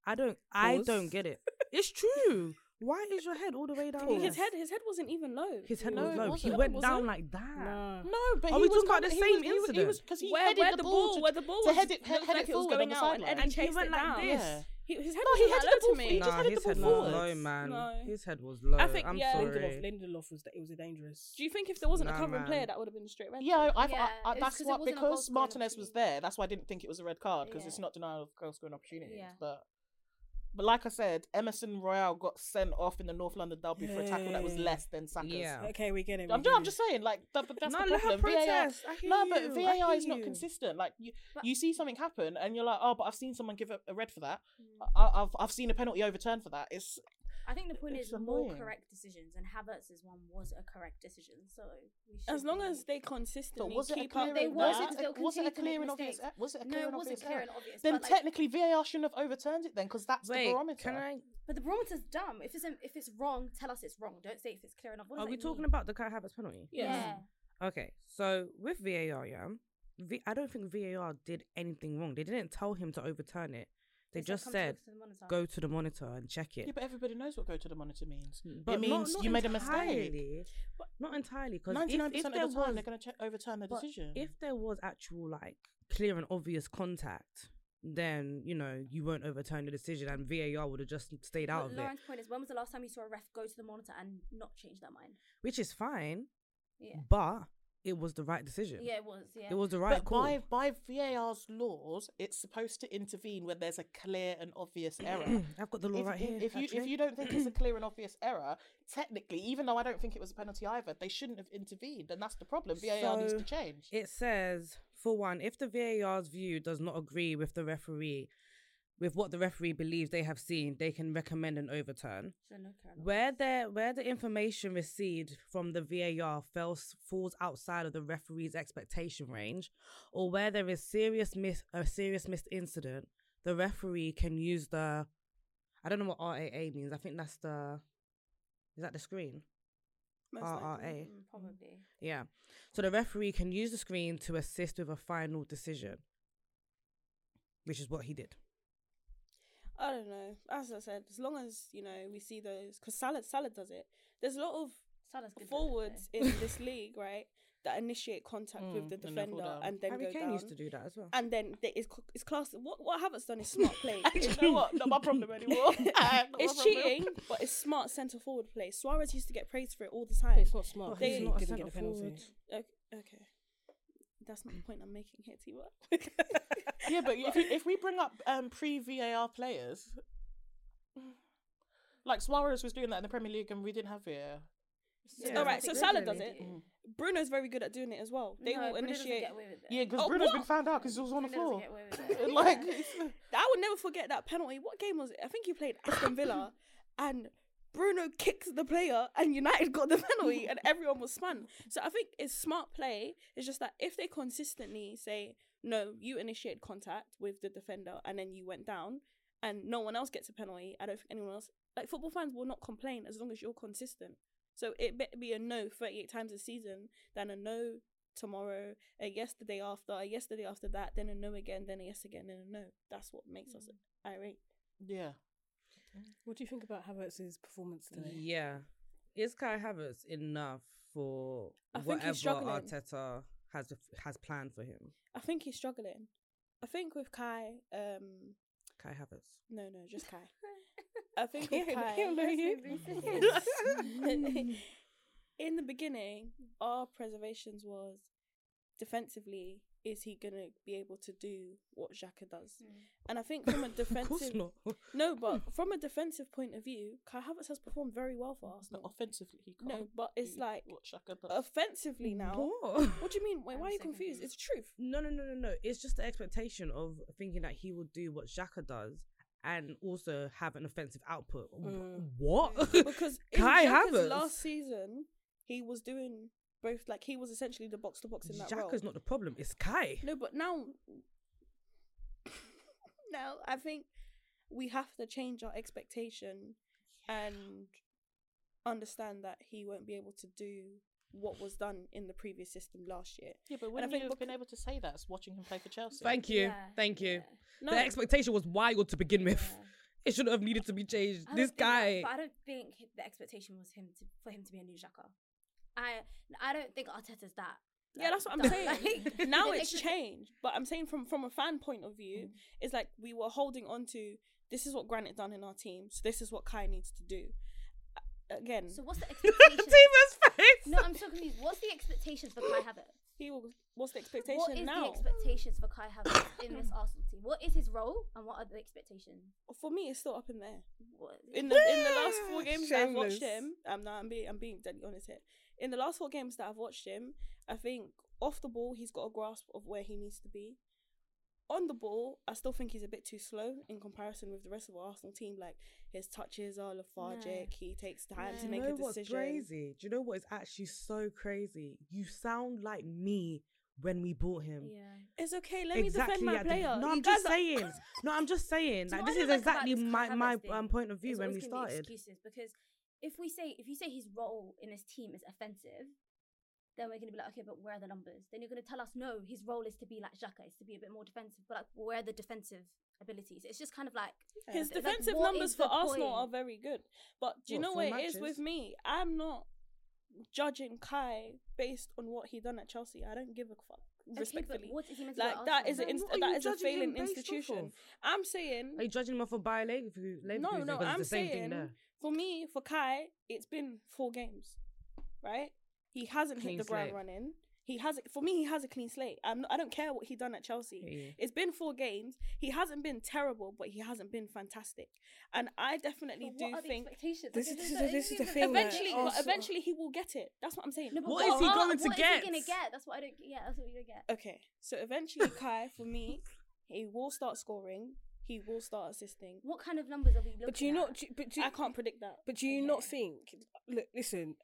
D: I don't. I
C: Pause.
D: don't get it. It's true. Why is your head all the way down? there?
B: His head, his head wasn't even low.
D: His head
E: No,
D: was
E: it
D: low. He
E: wasn't.
D: went
B: Was
D: down
B: it?
D: like that.
E: No, but
D: Are
E: he
D: we
E: was
D: talking about
E: not-
D: the
E: he
D: same
E: was- he was- He was
D: incident?
E: because he
B: Where-
E: headed
B: where
E: the
B: the
E: ball,
B: ball-
E: to-
B: where the ball
E: to
B: was-
E: head it,
B: looked
E: head,
B: like
E: head
B: it
E: it
B: was
E: forward on
B: going
E: the
B: out and-
E: sideline.
B: and he
D: he
B: chased
D: went
B: it
D: like
B: down.
D: this.
B: He, his head
E: No,
B: wasn't
E: he headed
B: that low
E: the ball
B: to
E: for-
B: me.
E: he just
D: Nah,
E: headed the
D: his
E: ball
D: head was
E: forward.
D: low, man.
B: No.
D: His head was low. I
B: think-
D: am
B: yeah.
D: sorry.
C: Lindelof, Lindelof was it was a dangerous.
B: Do you think if there wasn't
D: Nah,
B: a covering
D: man.
B: player, that would have been a straight red?
E: Yeah, I, I've-
F: Yeah,
E: I, I,
F: it's
E: that's
F: 'cause it
E: what
F: wasn't a
E: because
F: goal-scoring
E: Martinez was
F: opportunity.
E: there. That's why I didn't think it was a red card because
F: Yeah.
E: it's not denial of goal scoring opportunities.
F: Yeah.
E: But but like I said, Emerson Royale got sent off in the North London derby for a tackle that was
C: Yeah.
E: less than Saka's.
D: Yeah.
C: Okay, we get it.
E: I'm,
C: we get
E: I'm
C: it.
E: just saying, like that, but that's
D: No,
E: the
D: let her
E: problem.
D: protest. I hear
E: no,
D: you, I
E: but VAR
D: hear
E: is not
D: you.
E: consistent. Like you,
F: But-
E: you see something happen and you're like, oh, but I've seen someone give a, a red for that.
B: Mm.
E: I, I've I've seen a penalty overturned for that. It's
F: I think the point
E: It's
F: is more
E: annoying.
F: correct decisions, and Havertz's one was a correct decision. So we
B: As
F: should
B: long
F: be-
B: as they
E: But
B: consistently
E: was it a
B: keep up.
E: clear
F: They
E: and
F: were,
E: obvious-
F: because they'll
E: was it
F: continue to
E: a
F: make
E: clear and obvious?
F: mistakes.
E: error? Was it a
F: No,
E: clear
F: it
E: and
F: wasn't
E: obvious?
F: clear
E: error?
F: and obvious,
E: Then
F: but, like-
E: technically VAR shouldn't have overturned it then, because that's
D: Wait,
E: the barometer.
D: can I?
F: But the barometer's dumb. If it's if it's wrong, tell us it's wrong. Don't say if it's clear enough. What does
D: Are
F: that
D: we talking
F: mean?
D: about the Kai Havertz penalty?
B: Yes.
F: Yeah.
D: Okay, so with VAR, yeah, v- I don't think VAR did anything wrong. They didn't tell him to overturn it. They
F: They said
D: just
F: come
D: said
F: talk to the monitor.
D: go to the monitor and check it.
E: Yeah, but everybody knows what go to the monitor means.
D: But
E: it means you made a mistake.
D: entirely. But not entirely because if,
E: Ninety-nine
D: if
E: percent
D: there
E: of the time,
D: was
E: they're going to overturn the
D: but
E: decision.
D: if there was actual like clear and obvious contact, then you know you won't overturn the decision, and VAR would have just stayed out
F: But
D: of
F: Lauren's
D: it,
F: point is, when was the last time you saw a ref go to the monitor and not change their mind?
D: which is fine.
F: Yeah.
D: But it was the right decision.
F: Yeah, it was. Yeah.
D: Mm, It was the right
E: but
D: call.
E: by by VAR's laws, it's supposed to intervene when there's a clear and obvious error.
D: I've got the law
E: if,
D: right
E: if-
D: here.
E: If you if
D: actually.
E: you don't think it's a clear and obvious error, technically, even though I don't think it was a penalty either, they shouldn't have intervened, and that's the problem. VAR needs
D: So,
E: to change.
D: It says, for one, if the VAR's view does not agree with the referee, with what the referee believes they have seen, they can recommend an overturn.
F: So no clear enough.
D: Where the where the information received from the VAR fails falls outside of the referee's expectation range, or where there is serious miss a serious missed incident, the referee can use the I don't know what RAA means. I think that's the is that the screen?
B: Most
E: Uh-uh.
B: likely.
D: RRA.
F: Mm, probably.
D: Yeah. So the referee can use the screen to assist with a final decision, which is what he did.
B: I don't know. As I said, as long as you know we see those, because Salad Salad does it. There's a lot of
F: Salah's good with it,
B: forwards
F: though.
B: in this league, right, that initiate contact with
E: Mm,
B: the
E: and then fall
B: defender
E: down.
B: and then
G: Harry
B: go
G: Kane
B: down.
G: used to do that as well.
B: And then they, it's c- it's class. What what Havertz done is smart play.
E: you know what? Not my problem anymore. Not my
B: it's
E: problem.
B: cheating, but it's smart centre forward play. Suarez used to get praised for it all the time.
C: It's not smart.
B: Well,
C: because
B: he's
C: he
B: not a
C: didn't get a
G: centre-forward.
C: penalty.
B: okay, okay. that's not the point I'm making here, Tiwa.
E: Yeah, but if, you- if we bring up um, pre VAR players, like Suarez was doing that in the Premier League and we didn't have VAR.
F: Yeah.
B: all right, so
F: Nothing
B: Salah
F: regularly
B: does
F: do
B: it.
F: you?
B: Bruno's very good at doing it as well. They
F: Mm. No,
B: will
F: Bruno doesn't
B: initiate.
F: get away with it.
E: Yeah, because
B: Oh,
E: Bruno's
B: what?
E: been found out because he was on the
F: Bruno doesn't
E: floor.
F: get away with it.
E: like,
F: Yeah.
E: it's-
B: I will never forget that penalty. What game was it? I think you played Aston Villa, and Bruno kicks the player, and United got the penalty, and everyone was spun. So I think it's smart play. It's just that if they consistently say, "No, you initiated contact with the defender, and then you went down," and no one else gets a penalty, I don't think anyone else like football fans will not complain as long as you're consistent. So it better be a no 38 times a season than a no tomorrow, a yes the day after, a yes the day after that, then a no again, then a yes again, then a no. That's what makes us
D: Mm.
B: irate.
E: yeah.
C: What do you think about Havertz's performance today?
E: Mm.
D: Yeah. Is Kai Havertz enough for
B: I think
D: whatever
B: he's struggling.
D: Arteta has has planned for him?
B: I think he's struggling. I think with Kai, um,
D: Kai Havertz.
B: no, no, just Kai. I think with
C: Yeah,
B: Kai,
C: he'll know you.
B: in the beginning, our preservations was defensively, is he gonna be able to do what Xhaka does? And I think from a
D: Mm. Of course
B: defensive,
D: not.
B: no, but from a defensive point of view, Kai Havertz has performed very well for
E: But
B: Arsenal.
E: offensively, he can't.
B: No, but it's
E: do
B: like-
E: What Shaka does.
B: Offensively now,
D: What?
B: what do you mean? Wait,
F: I'm
B: why are you
F: so
B: confused?
F: confused.
B: It's the truth.
D: No, no, no, no, no. It's just the expectation of thinking that he will do what Xhaka does and also have an offensive output. W- What?
B: Mm. because in
D: Kai
B: Xhaka's
D: Havertz.
B: last season he was doing both like he was essentially the box to box in that role.
D: Xhaka's not the problem. It's Kai.
B: no, but now now I think we have to change our expectation and understand that he won't be able to do what was done in the previous system last year.
E: yeah, but
B: And
E: when
B: I
E: you
B: think
E: have
B: look-
E: been able to say that, it's watching him play for Chelsea.
D: Thank you.
F: Yeah,
D: Thank you.
F: yeah.
B: No.
D: The expectation was wild to begin with.
F: Yeah.
D: It shouldn't have needed to be changed.
F: I don't
D: This
F: think that-
D: guy.
F: but I don't think hi- the expectation was him to for him to be a new Xhaka. I I don't think Arteta's that.
B: Yeah,
F: like,
B: that's what I'm
F: dumb.
B: saying.
F: Like,
B: now
F: the
B: it's
F: expect-
B: changed, but I'm saying from from a fan point of
F: Mm.
B: view, it's like we were holding on to this is what Granite done in our team, so this is what Kai needs to do. A- Again,
F: So what's the
D: Tima's
F: expectation?
D: face.
F: no, I'm so confused. What's the expectations for Kai Havertz?
B: he will, what's the expectation
F: What is
B: now?
F: the expectations for Kai Havertz in this Arsenal team? What is his role and what are the expectations?
B: For me, it's still up in there.
F: What-
B: In the in the last four
C: Yeah,
B: games that I've watched
C: shameless.
B: him, I'm not. I'm being I'm being deadly honest here. In the last four games that I've watched him, I think off the ball he's got a grasp of where he needs to be. On the ball, I still think he's a bit too slow in comparison with the rest of our Arsenal team. Like his touches are lethargic. He takes time to
D: Do you
B: make
D: know
B: a
D: what's
B: decision.
D: crazy? Do you know what is actually so crazy? You sound like me when we bought him.
F: yeah.
B: It's okay. Let me defend my
D: at the-
B: player.
D: No,
B: You
D: I'm just
B: guys are-
D: saying. No, I'm just saying.
F: Do
D: Like
F: you
D: this
F: know what I
D: is
F: don't like about
D: exactly
F: this
D: my
F: Kai
D: my
F: Havertz thing?
D: um, point of view
F: It's
D: when
F: always
D: we
F: gonna be
D: started.
F: Excuses because if we say if you say his role in his team is offensive, then we're gonna be like, okay, but where are the numbers? Then you're gonna tell us no, his role is to be like Xhaka, is to be a bit more defensive, but like where are the defensive abilities? It's just kind of like
B: His
F: like,
B: defensive
F: what
B: numbers
F: is
B: for
F: the
B: Arsenal
F: point?
B: are very good. But do you
D: What,
B: know
D: four
B: what it
D: matches?
B: is with me? I'm not judging Kai based on what he done at Chelsea. I don't give a fuck.
F: but
B: Respectfully.
F: what is he meant to do
B: like
F: at
B: that is
F: Arsenal?
B: an
F: Then
B: inst-
D: what are
B: that
D: you
B: is a
D: judging him
B: failing
D: based off
B: institution.
D: of?
B: I'm saying
D: Are you judging him off of Bayer Leverkusen?
B: no, no,
D: Because it's
B: I'm
D: the same
B: saying
D: thing there.
B: for me, for Kai, it's been four games. Right? He hasn't
D: Clean
B: hit the ground
D: slate.
B: running. He has for me he has a clean slate. I'm not, I don't care what he done at Chelsea.
D: Yeah.
B: It's been four games. He hasn't been terrible, but he hasn't been fantastic. And I definitely
F: But
B: do
F: what are the
B: think
F: expectations?
C: This
F: Like,
C: is-
F: no,
C: this is
F: isn't
C: the
F: even-
C: thing that
B: eventually
C: Oh,
B: but
C: so-
B: eventually he will get it. That's what I'm saying.
F: No, but
D: What is he
F: are-
D: going to
F: What is
D: get?
F: he gonna get? That's what I don't. Yeah, that's what you don't get.
B: Okay, so eventually Kai, for me, he will start scoring. He will start assisting.
F: What kind of numbers are we looking?
C: But do you
F: at?
C: not? do- But do
B: I can't predict that.
C: But do you not think? Look, listen.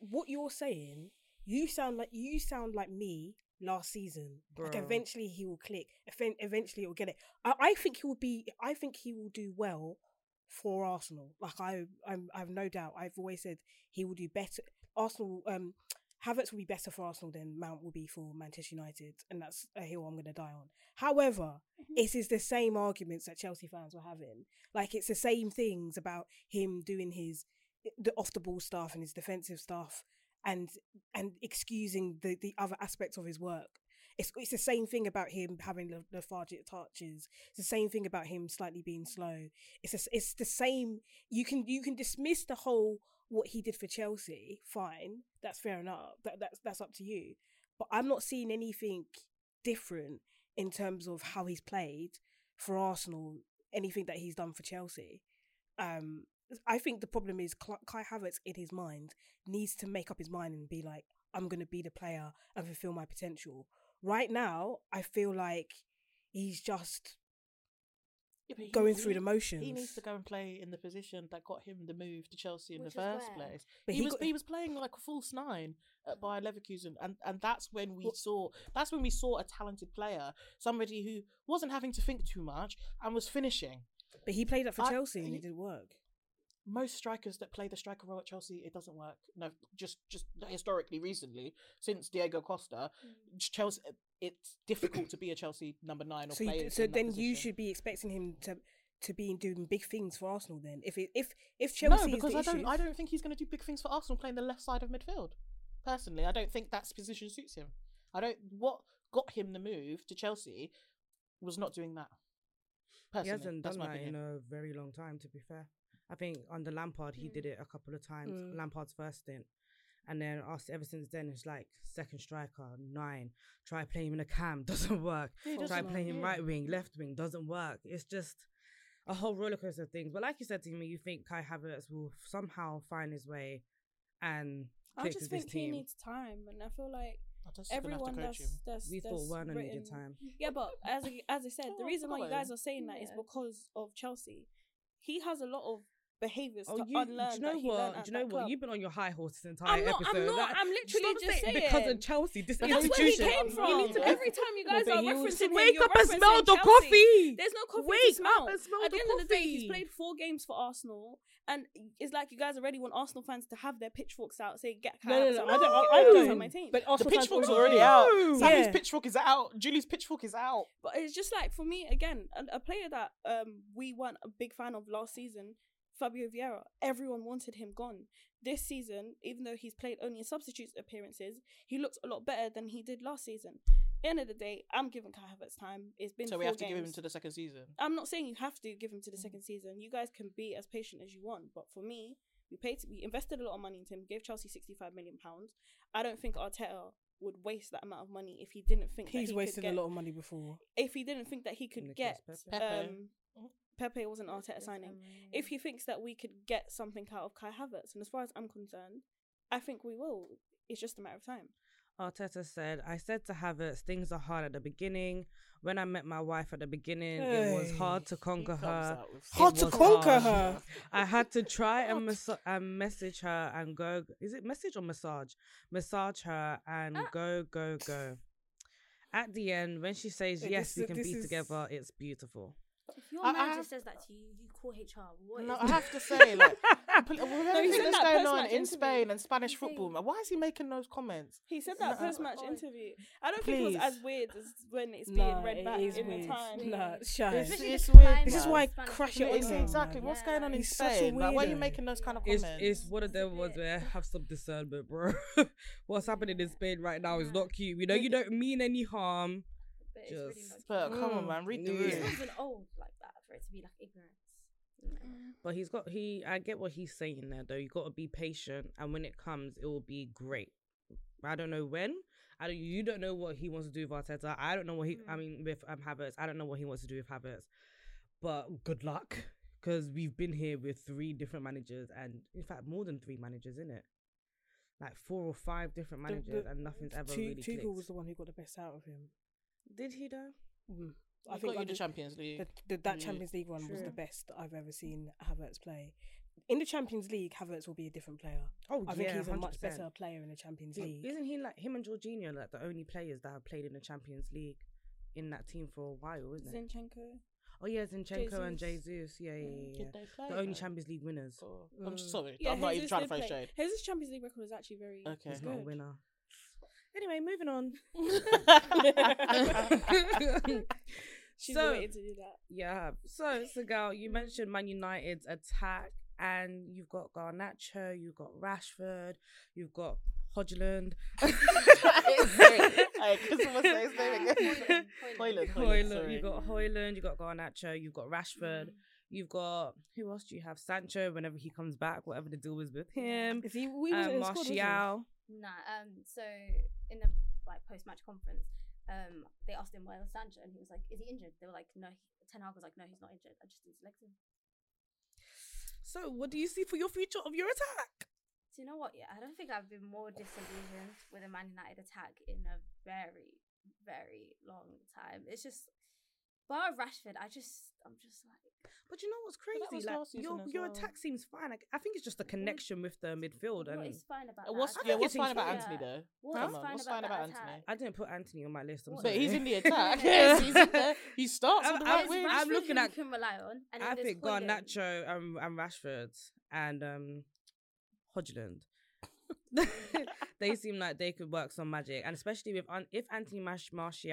C: What you're saying, you sound like you sound like me last season. Like
D: Bruh.
C: eventually he will click. effen- Eventually he'll get it. I, I think he will be. I think he will do well for Arsenal. Like I, I'm, I've no doubt. I've always said he will do better. Arsenal. Um, Havertz will be better for Arsenal than Mount will be for Manchester United, and that's a hill I'm going to die on. However, it is the same arguments that Chelsea fans were having. Like it's the same things about him doing his the off the ball stuff and his defensive stuff, and and excusing the the other aspects of his work. It's it's the same thing about him having le- lethargic touches. It's the same thing about him slightly being slow. It's the s it's the same. You can you can dismiss the whole what he did for Chelsea. Fine, that's fair enough. That that's that's up to you. But I'm not seeing anything different in terms of how he's played for Arsenal. Anything that he's done for Chelsea. Um, I think the problem is Cl- Kai Havertz in his mind needs to make up his mind and be like, I'm going to be the player and fulfill my potential. Right now, I feel like he's just
E: Yeah, but he-
C: going through
E: he-
C: the motions.
E: He needs to go and play in the position that got him the move to Chelsea in
F: Which
E: the
F: is
E: first
F: where?
E: place.
C: But
E: he,
C: he
E: was
C: got-
E: he was playing like a false nine at Bayer Leverkusen, and and that's when we saw that's when we saw a talented player, somebody who wasn't having to think too much and was finishing.
C: But he played that for
E: I-
C: Chelsea and it didn't work.
E: Most strikers that play the striker role at Chelsea, it doesn't work. No, just just historically, recently, since Diego Costa,
F: Mm.
E: Chelsea, it's difficult to be a Chelsea number nine or
C: So,
E: play.
C: you, so
E: in that
C: then you
E: position.
C: should be expecting him to to be doing big things for Arsenal. Then, if it, if if Chelsea
E: no, because
C: is
E: I
C: the
E: don't.
C: issue,
E: I don't think he's going to do big things for Arsenal playing the left side of midfield. Personally, I don't think that position suits him. I don't. What got him the move to Chelsea was not doing that. Personally,
D: He hasn't
E: that's
D: done
E: my
D: that in
E: opinion.
D: a very long time, to be fair. I think under Lampard, he did it a couple of times. Lampard's first stint. And then us, ever since then, it's like second striker, nine. Try playing him in a cam, doesn't work. Try playing him right wing, left wing, doesn't work. It's just a whole roller coaster of things. But like you said to me, you think Kai Havertz will somehow find his way and
B: I
D: click
B: just
D: with this
B: think he
D: team.
B: needs time, and I feel like
E: I just gonna have to
B: everyone
E: coach
B: that's,
E: him.
B: that's
D: we
B: that's
D: thought Werner needed
B: written-
D: time.
B: Yeah, but as I- as I said, the
E: Oh,
B: reason why you
E: come
B: guys
E: on.
B: are saying that is
F: Yeah.
B: because of Chelsea. He has a lot of behaviors
D: Oh,
B: to
D: you, do
B: unlearn.
D: you know
B: that he learned
D: what?
B: at
D: Do you know
B: that
D: what?
B: club.
D: You've been on your high horse this entire
B: not- I'm
D: episode.
B: not.
D: That-
B: I'm literally
D: Stop
B: just
D: because
B: saying.
D: of Chelsea. This
B: That's where he
D: institution.
B: came from.
E: need to-
B: Every time you
C: No,
B: guys
C: but
B: are
C: he also-
B: referencing him,
D: Wake
B: you're
D: up and
B: referencing
D: smell the
B: Chelsea.
D: coffee.
B: There's no coffee
D: Wake
B: to smell.
D: up and smell
B: At
D: the
B: the end of the day,
D: coffee.
B: he's played four games for Arsenal, and it's like you guys already want Arsenal fans to have their pitchforks out, say get Kai
C: No, no,
B: Havertz
C: no,
B: out
C: I don't.
B: get
C: I, I
B: Kai Havertz
C: don't.
B: on my team.
C: But
E: The
C: Arsenal fans
E: pitchfork's
C: already
E: already out.
D: No.
E: Sammy's
C: Yeah.
E: pitchfork is out. Julie's pitchfork is out.
B: But it's just like for me again, a, a player that um we weren't a big fan of last season, Fabio Vieira. Everyone wanted him gone. This season, even though he's played only in substitute appearances, he looks a lot better than he did last season. End of the day, I'm giving Kai Havertz time. It's been
E: So
B: four
E: we have to
B: games.
E: give him to the Mm. second season.
B: I'm not saying you have to give him to the second season. You guys can be as patient as you want, but for me, we paid we invested a lot of money into him. Gave Chelsea 65 million pounds. I don't think Arteta would waste that amount of money if he didn't think that
C: He's
B: he
C: wasted
B: could get,
C: a lot of money before.
B: if he didn't think that he could
D: Nicolas
B: get
D: Pepe.
E: Pepe.
B: um Pepe wasn't Arteta signing. If he thinks that we could get something out of Kai Havertz, and as far as I'm concerned, I think we will. It's just a matter of time.
D: Arteta said, I said to Havertz, things are hard at the beginning. When I met my wife at the beginning, it was
C: Hey.
D: hard to conquer
E: comes
D: her.
E: out with
D: It
C: Hard to
D: was
C: conquer
D: hard.
C: her.
D: I had to try and, mas- and message her and go. Is it message or massage? Massage her and
E: Ah.
D: go, go, go. At the end, when she says,
C: Uh,
D: yes,
C: this-
D: we can
C: this
D: be
C: is-
D: together, it's beautiful.
F: If your
E: I- I
F: manager
E: have-
F: says that to you, you call HR. What
E: No,
F: is
E: I
F: that?
E: have to say, like, pl- with everything
B: said
E: that's
B: that
E: going
B: post-match
E: on in
B: interview.
E: Spain and Spanish
F: He's saying-
E: football, man, why is he making those comments?
B: He said that
E: No.
B: post match interview. I don't think it was
E: Please.
B: as weird as when it's being
C: Nah,
B: read
C: it
B: back
C: is
B: in
C: weird.
B: the time.
C: Nah,
F: Especially
C: shy.
E: This
F: Especially
E: is
F: the
E: weird,
F: climate
E: This is
F: of
C: why
F: Spanish
C: crash
E: No,
C: your
F: football.
E: it's
C: Twitter.
E: exactly what's
F: Yeah,
E: going on in
F: like-
C: He's such a
E: Spain. Like, why are you
C: weirdo.
E: making those kind of
D: It's,
E: comments?
D: it's one of them ones
F: bit-
D: where have some discernment, bro. What's happening in Spain right now is not cute. We know you don't mean any harm.
F: But it's really
D: Just-
F: not
E: but
F: cute.
E: come on, man, read the
D: Yeah.
E: room.
F: It's not even old like that for it to be like ignorance. Um,
D: But he's got he. I get what he's saying there, though. You got to be patient, and when it comes, it will be great. I don't know when. I don't. You don't know what he wants to do with Arteta. I don't know what he.
C: Mm.
D: I mean, with um, Havertz, I don't know what he wants to do with Havertz. But good luck, because we've been here with three different managers, and in fact, more than three managers, in it. Like four or five different
C: The-
D: managers,
C: the-
D: and nothing's ever
C: Tu-
D: really
C: Tuchel
D: clicked.
C: was the one who got the best out of him.
D: Did he though?
C: Mm.
E: I think got you
C: under-
E: the Champions League.
C: the, the, that
E: Mm.
C: Champions League one was the
D: True.
C: best I've ever seen Havertz play. In the Champions League, Havertz will be a different player.
D: Oh,
C: I think
D: yeah,
C: he's a much
D: 100%.
C: better player in the Champions
D: Yeah,
C: League.
D: Isn't he like him and Jorginho like the only players that have played in the Champions League in that team for a while, isn't it?
B: Zinchenko.
D: Oh yeah, Zinchenko and
B: Jesus.
D: Jesus. Yeah, yeah, yeah.
E: Did
D: yeah.
E: they play,
D: the only
E: though?
D: Champions League winners.
E: I'm
C: Mm.
E: just sorry.
B: Yeah,
E: I'm not even
B: Jesus
E: trying to
B: did
E: throw
B: play.
E: shade.
B: His Champions League record was actually very
E: Okay.
D: He's
B: was
D: not a
B: good.
D: winner.
B: Anyway, moving on. She's
D: So-
B: waiting to do that.
D: Yeah. So, Sagal, you mentioned Man United's attack, and you've got Garnacho, you've got Rashford, you've got Hodgland.
E: Hey, can someone say his name again? Hoyland, Hoyland,
D: Hoyland,
E: sorry.
D: You've got Hoyland, you've got Garnacho, you've got Rashford. You've got who else do you have? Sancho, whenever he comes back, whatever the deal is with him.
C: Is he? We
D: Um,
C: wasn't in the squad, was he?
D: Martial.
F: Nah. Um. So in the like post-match conference, um, they asked him where was Sancho, and he was like, "Is he injured?" They were like, "No." he- Ten Hag was like, "No, he's not injured. I just didn't select him."
D: So, what do you see for your future of your attack?
F: Do you know what? Yeah, I don't think I've been more disillusioned with a Man United attack in a very, very long time. It's just, bar Rashford, I just, I'm just like,
D: But you know what's
E: that
D: crazy?
E: was
D: Like
E: last season
D: your
E: as
D: your
E: well.
D: attack seems fine. I, I think it's just the connection with the midfield,
F: what
D: and
F: is fine about
E: Uh,
F: that?
E: What's,
F: attack?
E: yeah,
D: think
E: what's
D: it's
E: fine about
F: Yeah.
E: Anthony though?
F: What
E: Come
F: is
E: on,
F: fine
E: what's
F: about
E: fine
F: that
E: about
F: attack?
E: Anthony?
D: I didn't put Anthony on my list. I'm
F: What-
E: But
D: sorry.
E: he's in the attack.
F: Yeah.
E: he's in there. He starts on the
D: I- I
E: right
F: There's
D: was-
E: wing.
D: I'm
F: Rashford
D: looking
F: who
D: at-
F: you can rely on, and then
D: I
F: there's
D: think
F: Hoyland.
D: Garnacho and, and Rashford and um, Hodgland. they seem like they could work some magic, and especially with un- if Anthony Mash- Martial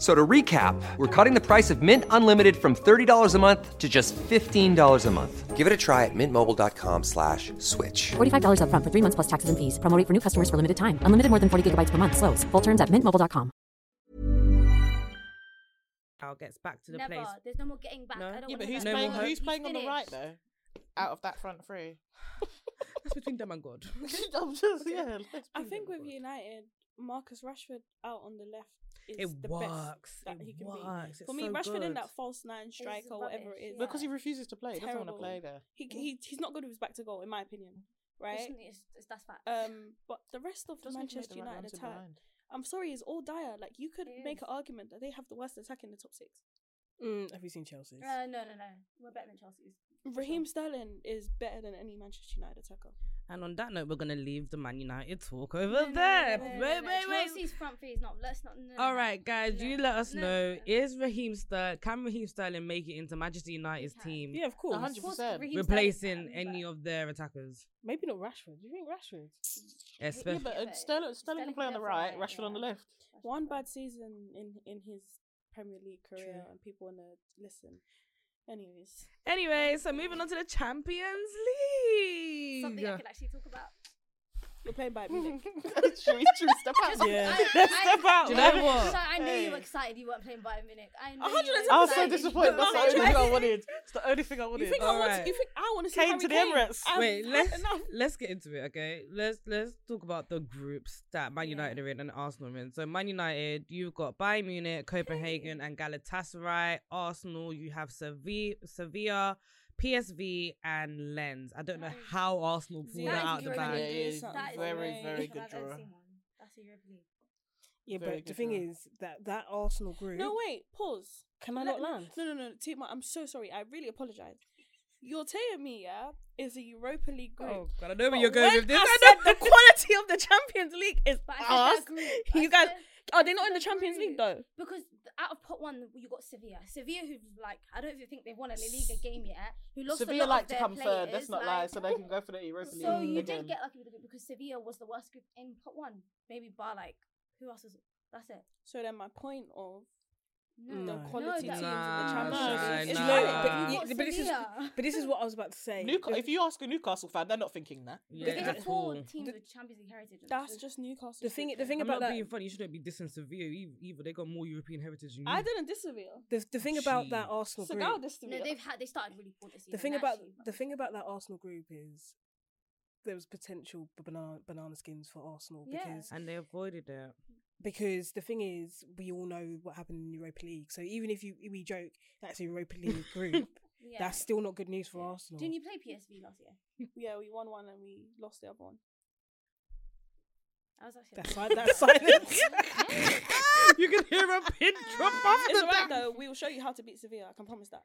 H: So to recap, we're cutting the price of Mint Unlimited from $30 a month to just $15 a month. Give it a try at mintmobile.com slash switch.
I: $45 upfront for three months plus taxes and fees. Promote for new customers for limited time. Unlimited more than 40 gigabytes per month. Slows. Full terms at mintmobile.com.
D: gets back to the
F: Never.
D: place.
F: There's no more getting back.
D: No?
F: I don't
E: Yeah,
F: want
E: but
F: to
E: who's
D: No
E: playing?
D: more hope.
E: Who's playing on the right
F: finished.
E: though? Out of that front three.
D: That's between them and God.
E: I'm just yeah. let's
B: I
E: bring
B: think
E: them
B: with
E: on.
B: United, Marcus Rashford out on the left is
D: It
B: the
D: works.
B: best that
D: It
B: he can
D: works.
B: be.
D: It's
B: For me,
D: so
B: Rashford in
D: good.
B: that false nine striker, whatever it
F: rubbish,
B: is,
F: yeah.
E: because he refuses to play. He doesn't want to
B: terrible.
E: play there.
B: He, he he's not good with his back to goal, in my opinion. Right?
F: It's- it's- it's- that's fact.
B: Um, but the rest of
E: Doesn't he make
B: Manchester
E: the right
B: United
E: runs in
B: attack,
E: behind?
B: I'm sorry, is all dire. Like you could
F: It
B: make
F: is.
B: an argument that they have the worst attack in the top six.
C: Mm, have you seen Chelsea's?
F: Uh, no, no, no. We're better than Chelsea's. for sure.
B: Raheem Sterling is better than any Manchester United attacker.
D: And on that note, we're gonna leave the Man United talk over
F: No, no, no,
D: there.
F: no, no, no,
D: wait,
F: no.
D: wait, wait.
F: Chelsea's front three is not. Let's not. no, no,
D: All
F: no.
D: right, guys,
F: No,
D: you let us
F: no,
D: know
F: no.
D: is Raheem Sterling can Raheem Sterling make it into Manchester United's
F: can.
D: team,
C: Yeah, of course.
E: A hundred
F: Of course,
E: percent.
F: Raheem Sterling
D: replacing
F: can,
D: any
F: but-
D: of their attackers?
C: Maybe not Rashford. Do you think Rashford?
E: Yeah,
D: Especially
E: but uh,
F: but
E: Sterling, Sterling
F: Sterling
E: can play on
F: can
E: the
F: go from
E: right,
F: right,
E: Rashford on the
F: yeah.
E: left.
B: One bad season in in his Premier League career,
C: True.
B: and people wanna listen. Anyways,
D: anyway. So moving on to the Champions League.
F: Something I could actually talk about.
B: We're playing by music.
E: should, we, should we step out?
C: Yeah.
E: Step out.
D: Do you know what?
F: So I knew you were excited. You weren't playing by a minute. I knew. you were
B: 110%.
E: I was so
F: excited.
E: disappointed. That's the only thing I wanted. It's the only thing I
B: You
E: wanted.
B: think, I
D: All
B: want
D: right.
B: to, you think I want to see
E: Came
B: Harry
E: to the
B: Kane?
E: Emirates.
B: I've
D: Wait,
B: had
D: let's
B: enough.
D: let's get into it, okay? Let's let's talk about the groups that Man United are in and Arsenal are in. So Man United, you've got Bayern Munich, Copenhagen, and Galatasaray. Arsenal, you have Sevilla, Sevilla, PSV, and Lens. I don't know how Arsenal pulled
B: That
D: that
B: is
D: out the
B: Europe
D: bag.
B: League.
E: is
F: That is
E: very,
F: amazing.
E: very good
F: I've ever
E: draw.
F: seen one. That's a European league.
C: Yeah,
E: Very
C: but the
E: good
C: thing
E: draw.
C: is that that Arsenal group.
B: No, wait, pause.
C: Can I
B: Let-
C: not land?
B: No, no, no, Tima, I'm so sorry. I really apologize. You're telling me, yeah, is a Europa League group.
D: Oh god, I know where
B: But
D: you're going
B: when
D: with this.
B: I
D: I
B: said
D: know.
B: the quality of the Champions League is
F: But I said
B: us.
F: that group. I
B: You guys
F: said
B: are they not in the
F: that
B: Champions
F: group.
B: League though?
F: Because th- out of pot one, you got Sevilla. Sevilla, who like I don't even think they've won a La Liga game yet. Who lost a
E: Sevilla
F: lot
E: like
F: of
E: to
F: their
E: come
F: players,
E: third. Let's not lie, so they can go for the Europa League.
F: So you
E: again.
F: did get lucky with the group because Sevilla was the worst group in pot one. Maybe bar like who else is that's it.
B: So then my point of
F: No,
B: the
C: No.
B: quality teams in
D: Nah,
F: that-
B: the
E: nah,
B: Champions League.
C: It's
B: is
D: nah.
C: low,
B: low,
C: but,
B: but
F: You've
C: yeah,
F: got
C: but this is
F: Sevilla.
C: but this is what I was about to say.
E: Newca-
C: The-
E: if you ask a Newcastle fan, they're not thinking that.
F: They
D: Yeah,
F: did
D: at
F: have four
D: all.
F: teams with Champions League heritage. and
B: that's
F: so-
B: just Newcastle.
C: the thing the thing
D: I'm
C: about
D: not
C: that
D: being funny. You shouldn't be dissing Sevilla e- either. They got more European heritage than you.
B: I didn't disagree.
C: the, the thing about that
D: Gee.
C: Arsenal
B: So
C: group.
B: now this
F: no. They've had they started really poor this season.
C: the thing about
F: actually, but-
C: the thing about that Arsenal group is there was potential banana banana skins for Arsenal
F: Yeah.
C: because
D: and they avoided that.
C: because the thing is we all know what happened in Europa League. So even if you we joke that's a Europa League group,
F: Yeah.
C: that's still not good news for Arsenal.
F: Didn't you play PSV last year?
B: yeah, we won one and we lost the other one.
F: I was actually.
C: That's si- that's silence.
D: you can hear a pin drop after
B: It's alright
D: that.
B: though. We will show you how to beat Sevilla. I can promise that.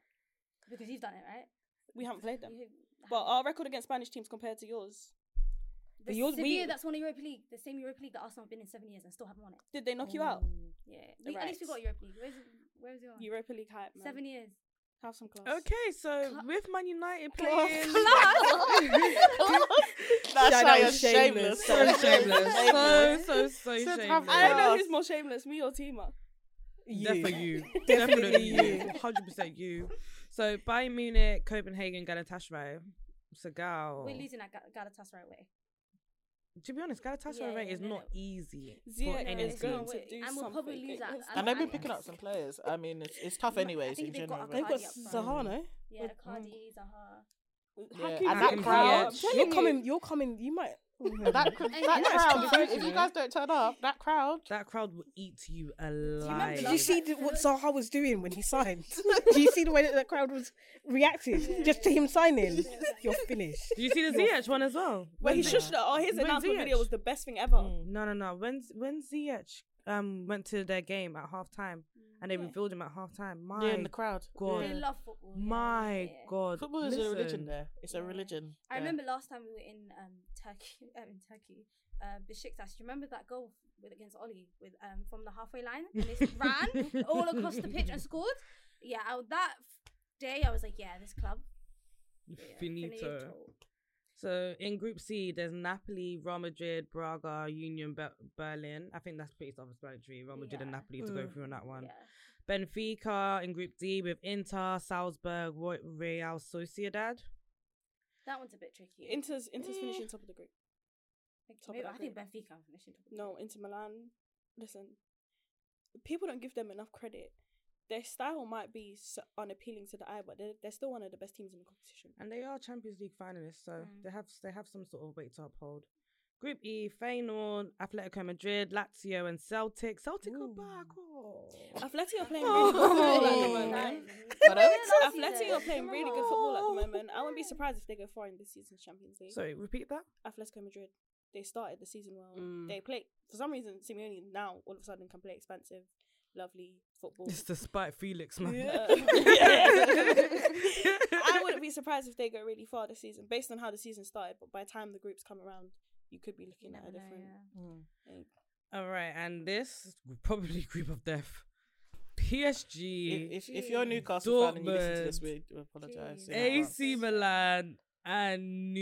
F: Because you've done it, right?
B: We haven't played them,
F: You-
B: but our record against Spanish teams compared to yours,
F: The
C: But yours-
F: Sevilla
C: we-
F: that's won the Europa League, the same Europa League that Arsenal have been in seven years and still haven't won it.
B: did they knock you out?
F: Yeah, we, at least we
B: Right.
F: got Europa League. Where's where's your
B: Europa League hype, man.
F: Oh. seven years?
B: Have some class.
D: Okay, so with Man United
E: Class.
D: playing.
E: That's
C: Yeah, that was shameless.
D: so shameless. So, so, so
E: Said have
D: shameless.
B: I don't know
E: Class.
B: who's more shameless, me or Tima.
C: You.
D: Definitely you.
C: Definitely
D: Definitely you.
C: you.
D: 100% you. So Bayern Munich, Copenhagen, Galatasaray. Segal.
F: We're losing at Ga- Galatasaray away.
D: To be honest, Galatasaray
F: Yeah, yeah,
D: is
F: no,
D: not
F: no.
D: easy
B: Zia
D: for any
B: is
D: team.
B: going to
F: Wait,
B: do
F: and we'll
B: something.
F: probably lose that.
B: against-
E: And
F: I-
E: they've been
F: I-
E: picking up some players. I mean, it's, it's tough,
F: I
E: anyways,
F: think
E: in
F: they've
E: general.
F: got
C: They've
F: Icardi
C: got
F: up front.
C: Zahano.
F: Yeah,
D: um,
F: Cardi, Zaha.
B: Hakim
E: Yeah, and that
B: Ziyech.
E: crowd-
B: I'm
C: You're
B: telling
C: coming. You're coming. You might.
E: But that cr-
F: And
E: that
F: that's
E: crowd, if
F: fine.
E: you, if you guys don't turn up, that crowd.
D: That crowd will eat you alive.
F: remember
C: Did
F: last
C: you see
F: time-
C: the, what Zaha was doing when he signed? Did you see the way that the crowd was reacting just to him signing? You're finished.
D: Did you see the Ziyech one as well?
B: Where he
D: When-
B: shushed her. Oh, his
D: When
B: announcement
D: Ziyech-
B: video was the best thing ever.
D: Mm, No, no, no. When Z- when Ziyech um went to their game at half time and they revealed him at half time, my
E: Yeah, in the crowd.
D: God,
F: They love football. yeah,
D: my
F: yeah.
D: God,
E: Football is a religion
D: listen.
E: there. It's a religion.
F: I
E: there.
F: remember last time we were in um, Turkey, um, in Turkey, uh, Besiktas. Do you remember that goal with against Oli with um, from the halfway line and they ran all across the pitch and scored? Yeah, I, that f- day I was like, yeah, this club. yeah,
D: Finito. So in Group C, there's Napoli, Real Madrid, Braga, Union Be- Berlin. I think that's pretty self-explanatory. Real Madrid and
F: Yeah.
D: Napoli to go through on that one.
F: Yeah.
D: Benfica in Group D with Inter, Salzburg, Roy- Real Sociedad.
F: That one's a bit tricky.
B: Inter's Inter's finishing top of the group. top of
F: Maybe,
B: that
F: I think
B: group.
F: Benfica are finishing top.
B: No, Inter Milan. Listen, people don't give them enough credit. Their style might be so unappealing to the eye, but they're, they're still one of the best teams in the competition.
D: And they are Champions League finalists, so
F: Mm.
D: they have they have some sort of weight to uphold. Group E, Feyenoord, Atletico Madrid, Lazio, and Celtic. Celtic are back. Oh.
B: Atleti are playing really good football at the moment.
E: Pardon?
B: Atleti are playing really good football at the moment. I wouldn't be surprised if they go far in this season's Champions League.
D: Sorry, repeat that.
B: Atletico Madrid. They started the season well.
D: Mm.
B: They play for some reason. Simeone now all of a sudden can play expensive, lovely football.
D: It's despite Felix, man.
B: Uh, I wouldn't be surprised if they go really far this season, based on how the season started. But by the time the groups come around, you could be looking at a different.
D: Mm.
B: thing.
D: All right, and this is probably group of death. PSG,
E: If, if, if you're a Newcastle fan and you listen to this,
D: Dortmund.
E: we do apologise. in advance.
D: AC Milan, and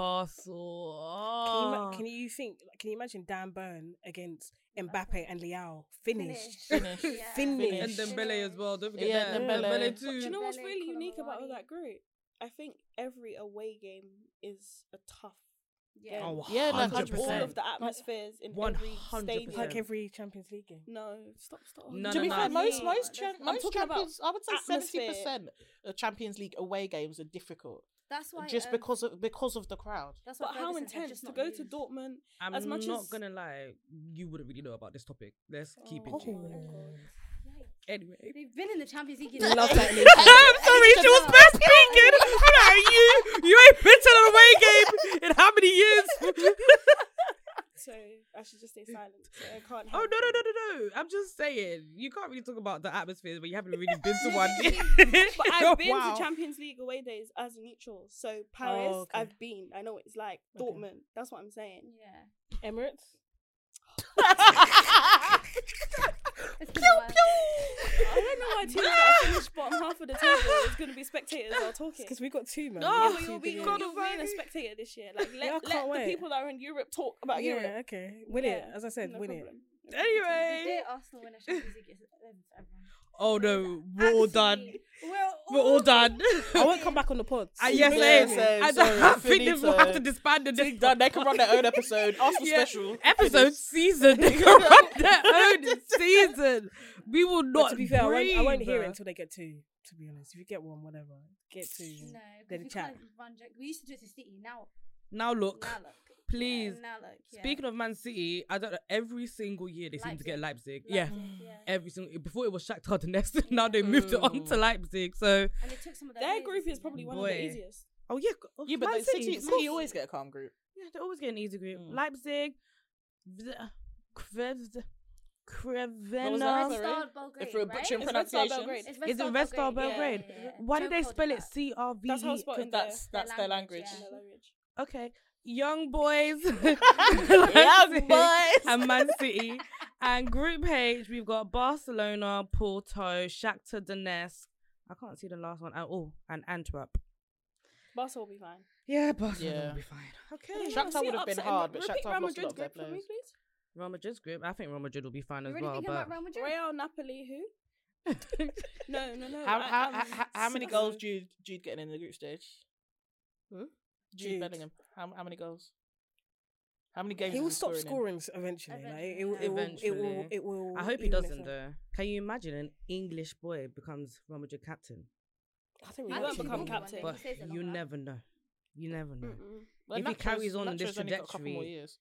D: Newcastle.
C: Can you, ma-
D: Oh.
C: can you think? Can you imagine Dan Burn against Mbappe and Liao finished?
E: Finished.
F: Yeah.
D: and
C: Finished.
D: Dembele as well. Don't forget
E: Yeah,
D: that.
E: Dembele.
D: Dembele
B: Do
D: too.
B: you know what's
F: Dembele,
B: really unique about
F: Koulibaly.
B: that group? I think every away game is a tough Yeah.
D: Oh,
E: Yeah, like
B: all
D: 100%.
B: of the atmospheres in every
D: 100%.
B: stadium.
C: Like every Champions League game.
B: No, stop, stop.
D: No,
E: to
D: no,
E: be
D: no.
E: fair, most
B: Yeah,
E: most
B: there's-
E: cha-
B: I'm
E: most
B: talking about
E: champions, I would say seventy
B: atmosphere.
E: percent of Champions League away games are difficult,
F: That's why.
E: just
F: um,
E: because of because of the crowd.
F: That's why
B: But how
F: Ferguson said
B: intense
F: just
B: to
F: not
B: go
F: lose.
B: to Dortmund?
D: I'm
B: as much
D: not
B: as
D: gonna lie, you wouldn't really know about this topic. Let's keep it.
B: Oh
D: G.
B: my God.
D: Anyway.
F: They've been in the Champions
D: Love
F: League.
D: that lady.
F: I'm
D: I'm sorry, she was best speaking. How are you? You ain't been to an away game in how many years?
B: So I should just stay silent. So I can't.
D: Oh
B: help
D: no
B: it.
D: no no no no! I'm just saying you can't really talk about the atmosphere when you haven't really been to one.
B: But I've been
D: Wow.
B: to Champions League away days as a neutral. So Paris,
C: okay.
B: I've been. I know what it's like.
C: Okay.
B: Dortmund. That's what I'm saying.
F: Yeah.
C: Emirates.
F: It's been a while.
B: I don't know why teams that are finished bottom half of the table is going to be spectators or talking. Oh,
C: Because we got two, man.
D: No,
C: We
B: But
C: got two
B: you'll
C: good
B: be,
C: games.
B: you'll,
D: God
B: you'll be in a
D: Almighty.
B: spectator this year. Like let,
C: Yeah, I
B: let
C: can't
B: the
C: wait.
B: people that are in Europe talk about
C: yeah,
B: Europe.
C: okay. Win it.
B: Yeah,
C: As I said,
B: no
C: win
B: problem.
F: The
D: anyway,
F: day Arsenal win a Champions League, it's over for everyone.
D: oh no, we're all done.
F: Absolutely. We're all,
D: We're all done.
C: it. I won't come back on the pod.
D: Uh, yes,
E: Yeah,
D: yeah,
E: same,
D: I,
E: sorry,
D: I think they
E: finito.
D: will have to disband the
E: They've done. They can run their own episode. Arsenal
D: Yeah,
E: special
D: episode
E: Finished.
D: season. They can run their own season. We will
C: But
D: not.
C: to be fair, I won't, I won't hear it
D: breathe.
C: until they get two. To be honest, if you get one, whatever, get two.
F: No,
C: Then
F: because we
C: chat.
F: can't run joke. We used to do it to City. Now,
D: Now look,
F: now look. Yeah,
D: please.
F: now look. Yeah.
D: Speaking of Man City, I don't know. Every single year they seem to get Leipzig. Yeah.
F: yeah.
D: Every single before it was Shakhtar Donetsk, now they moved it on to Leipzig. So
F: And they took some of their
B: Their
F: players
B: group is
F: as well.
B: probably one of
D: Boy.
B: the easiest.
D: oh yeah,
E: Yeah, but
D: Man
E: like, City,
D: of
E: City
D: course.
E: always get a calm group.
D: Yeah, they always get an easy group.
E: Mm.
D: Leipzig, Vz- Krev,
E: was
F: Red
E: that?
D: Krevena.
E: Sorry.
F: Star
E: If
F: Belgrade,
E: we're
F: right?
E: butchering
B: It's Red Star
E: pronunciation,
B: Belgrade.
F: It's
D: Is it Red Star Belgrade?
F: Yeah, yeah, yeah.
D: Why did
F: Joe
D: they
F: called
D: spell
F: it
D: it
F: that.
D: C R V?
B: That's how
D: E?
B: it's spelled in
E: that's
B: the-
E: that's their language.
F: language,
B: in
F: yeah.
B: their language.
D: Okay, young boys,
E: Young boys.
D: and Man City, and Group H we've got Barcelona, Porto, Shakhtar Donetsk. I can't see the last one at all, and Antwerp.
B: Barca will be fine.
D: Yeah, Barcelona
E: Yeah.
D: will be fine.
B: Anyone
D: Okay,
E: Shakhtar
B: see it
E: would have been
B: upsetting
E: hard,
B: them?
E: but
B: Repeat
E: Shakhtar
B: Real
E: lost a lot of
B: Madrid's
E: their
B: group for me,
E: players.
B: please.
D: Real Madrid's group. I think Real Madrid will be fine
F: You're
D: as
F: already
D: well.
F: thinking
D: But
F: about Real Madrid?
B: Real Napoli, who? No, no, no.
E: How,
B: I-
E: how,
B: I'm
E: how, how, how many
B: so-
E: goals Jude Jude getting in the group stage? Jude,
C: Jude.
E: Bellingham. How, how many goals? How many games?
C: He will
E: is
C: stop
E: in?
C: scoring s- eventually. Like it, will, it, will,
D: Eventually.
C: it will. It will.
D: I hope he
C: even
D: doesn't
C: itself.
D: though. Can you imagine an English boy becomes Real Madrid captain?
C: I think
F: He
C: we
B: I
C: want
B: won't
C: to.
B: become
F: But-
B: captain.
F: He
D: But
F: stays there
D: you
F: longer.
D: never know. You never know.
B: Mm-mm.
E: Well,
D: If he
E: Nacho's-
D: carries on on this
E: Nacho's only got a couple more
D: trajectory-
E: years.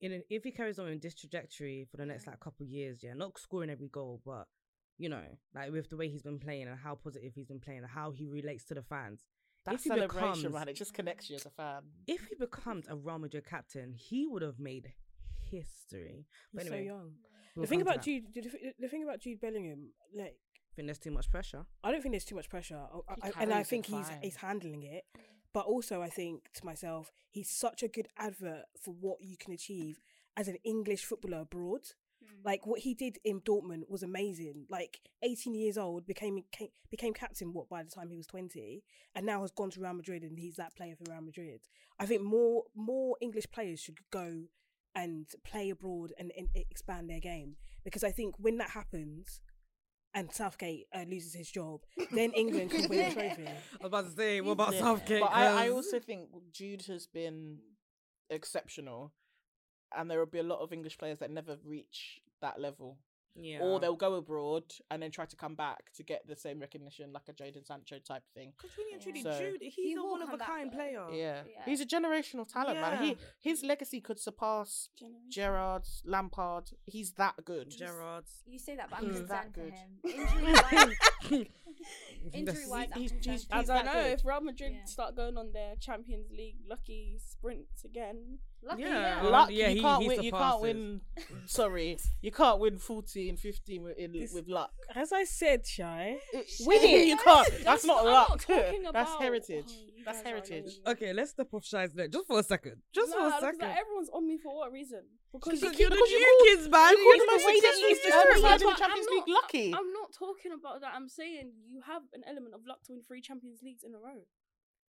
D: In an, if he carries on in this trajectory for the next like couple years, yeah, not scoring every goal, but you know, like with the way he's been playing and how positive he's been playing and how he relates to the fans.
E: That
D: if he
E: celebration,
D: becomes,
E: man, it just connects you as a fan.
D: if he becomes a Real Madrid captain, he would have made history. But
C: He's so
D: anyway,
C: young.
D: we'll
C: the thing
D: come to
C: about
D: that.
C: Jude, the, thi- the thing about Jude Bellingham, like
D: I think there's too much pressure.
C: I don't think there's too much pressure, I,
E: He
C: I, and I
E: carries it
C: think he's
E: fine.
C: he's handling it. But also, I think to myself, he's such a good advert for what you can achieve as an English footballer abroad.
E: Mm.
C: Like what he did in Dortmund was amazing. Like 18 years old, became ca- became captain. What by the time he was 20, and now has gone to Real Madrid, and he's that player for Real Madrid. I think more more English players should go and play abroad and, and expand their game because I think when that happens, and Southgate uh, loses his job, then England can win the trophy.
D: I was about to say, what about
E: Yeah.
D: Southgate?
E: But I, I
D: 'Cause-
E: also think Jude has been exceptional, and there will be a lot of English players that never reach that level,
D: yeah.
E: or they'll go abroad and then try to come back to get the same recognition, like a Jadon Sancho type thing.
D: Because really and truly,
E: So-
D: Jude, he's
F: He
D: a
F: will
D: one of
F: come
D: a
F: back,
D: kind
F: though.
D: player.
E: Oh, Yeah.
F: Yeah.
E: he's a generational talent, man.
D: Yeah.
E: He his legacy could surpass
B: Generation.
E: Gerard, Lampard. He's that good.
D: Gerard.
F: You say that, but I'm
E: He's
F: concerned
E: that
F: for
E: good.
F: him. Injury-wise, injury-wise, I'm
E: He's- he's-
F: concerned.
E: he's-
B: I
E: Is
B: don't
E: that
B: know
E: good?
B: if Real Madrid
F: Yeah.
B: start going on their Champions League lucky sprints again.
F: Lucky,
D: Yeah.
F: yeah.
D: Um,
E: Luck,
D: yeah,
E: you
D: he-
E: can't
D: he
E: win. You can't
D: surpasses.
E: win. Sorry, you can't win 14, 15 with, in,
C: This- Uh,
E: with luck.
C: As I said, shy.
E: Winning, you can't. That's not
B: I'm not
E: luck.
B: talking
E: That's
B: about-
E: heritage.
B: Oh, you
E: That's
B: guys are
E: heritage.
B: annoying.
D: Okay, let's step off Shy's neck just for a second. Just
B: Nah,
D: for a
B: because, like,
D: second.
B: everyone's on me for what reason?
D: Because
B: you
D: you're
B: keep-
D: the
B: because you
D: new
B: call-
D: kids, man.
B: you
D: You're
B: call
D: the
B: the
D: way
B: way
D: that
B: that
D: you
B: you
D: used to
B: describe
D: play.
B: it.
E: in the
B: But I'm
E: Champions
B: not-
E: League lucky.
B: I'm not talking about that. I'm saying you have an element of luck to win three Champions Leagues in a row.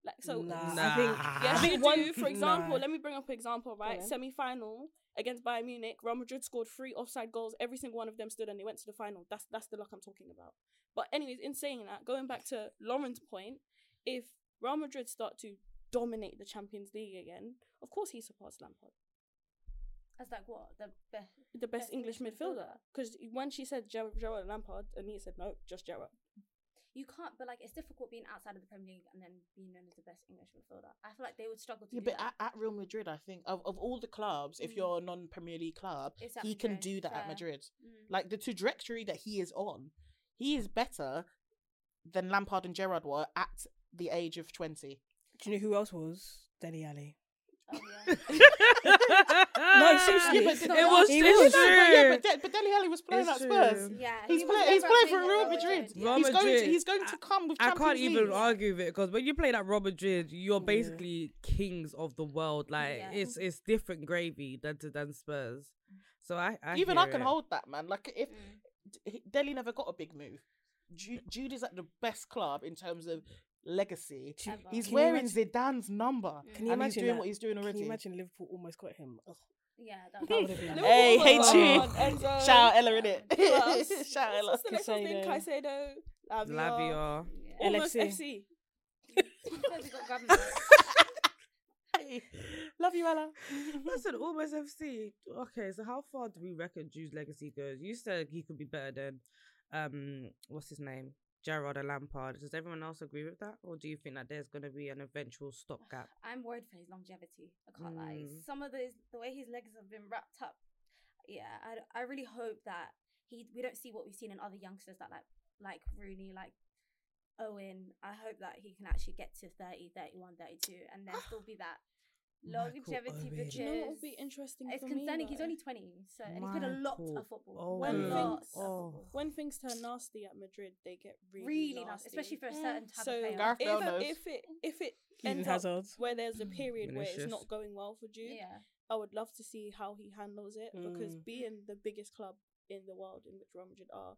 B: Like so,
C: Nah,
D: Nah.
C: I think,
D: I
B: Yes,
C: think
B: you
C: Ah. one-
B: do. For example,
C: Nah.
B: let me bring up an example, right?
C: on.
B: Semi final against Bayern Munich, Real Madrid scored three offside goals. Every single one of them stood and they went to the final. That's that's the luck I'm talking about. But anyways, in saying that, going back to Lauren's point, if Real Madrid start to dominate the Champions League again, of course he supports Lampard,
F: As like what the best,
B: the best English midfielder. Because when she said Ger- Gerard Lampard, Anita said no, just Gerard.
F: You can't, but like it's difficult being outside of the Premier League and then being known as the best English midfielder. I feel like they would struggle to.
E: Yeah,
F: do
E: but
F: that.
E: at, at Real Madrid, I think of, of all the clubs, if
F: Mm.
E: you're a non Premier League club,
F: It's at
E: he can
F: Madrid,
E: do that at
F: fair.
E: Madrid.
F: Mm.
E: Like the trajectory that he is on, he is better than Lampard and Gerrard were at the age of twenty.
C: Do you know who else was? Deli Alley.
F: Oh, yeah.
C: no, seriously.
E: Yeah, but
C: He
E: did-
D: It was
C: he
D: true.
C: was-
E: No, but, yeah, but, De- but Deli Alli was playing
D: It's
E: at Spurs.
D: true.
F: yeah,
E: He's,
F: he was
E: playing. He's
F: never
E: playing for
F: playing
E: Real
F: at
E: Madrid.
F: Yeah.
D: Real
E: he's going. To,
D: Madrid.
E: he's going to
D: I-
E: come with.
D: I
E: Champions
D: can't even
E: League.
D: argue with it because when you play that Robert Madrid, you're basically kings of the world. Like
F: Yeah.
D: it's it's different gravy than to than Spurs. So I, I
E: even I
D: hear
E: can
D: it.
E: hold that man. Like if D- Delhi never got a big move, Ju- Jude is at the best club in terms of legacy.
F: Ever.
E: He's
C: Can you
E: wearing Zidane's number,
C: Can you
E: and he's
C: imagine
E: doing
C: that?
E: what he's doing
C: Can
E: already.
C: you imagine Liverpool almost got him? Ugh.
F: Yeah,
C: That would have been
B: Liverpool
E: Hey,
B: were
E: hey,
B: on
E: Jude.
B: Enzo.
E: Shout out Ella in it.
B: Who else?
E: Shout out Ella.
B: What's the next one's name? Caicedo, Lavia,
D: Lavia.
B: almost
C: LFC.
B: FC.
E: Love you, Ella.
D: Listen, almost FC. Okay, so how far do we reckon Jude's legacy goes? You said he could be better than, um, what's his name, Gerard and Lampard. Does everyone else agree with that, or do you think that there's going to be an eventual stopgap?
F: I'm worried for his longevity. I can't lie.
D: Mm.
F: Some of the the way his legs have been wrapped up. Yeah, I, d- I really hope that he we don't see what we've seen in other youngsters that like like Rooney, like Owen. I hope that he can actually get to 30, 31, 32 and then still be that
D: Michael
F: longevity
D: Owen.
F: because
B: Do you know what would be interesting
F: it's
B: for me,
F: concerning. He's
B: though?
F: only twenty, so and he's played a lot
D: Michael
F: of football.
D: Owen.
F: A lot
D: Oh.
F: of football.
B: When things turn nasty at Madrid, they get really,
F: Really
B: nasty.
F: nasty, especially for a certain type of player.
E: Gareth
B: if,
E: Bale
B: a-
E: knows.
B: if it if it
C: Eden
B: ends up
C: Hazard.
B: where there's a period where it's
D: Vinicius.
B: not going well for Jude,
F: Yeah.
B: I would love to see how he handles it because
E: Mm.
B: being the biggest club in the world in which Real Madrid are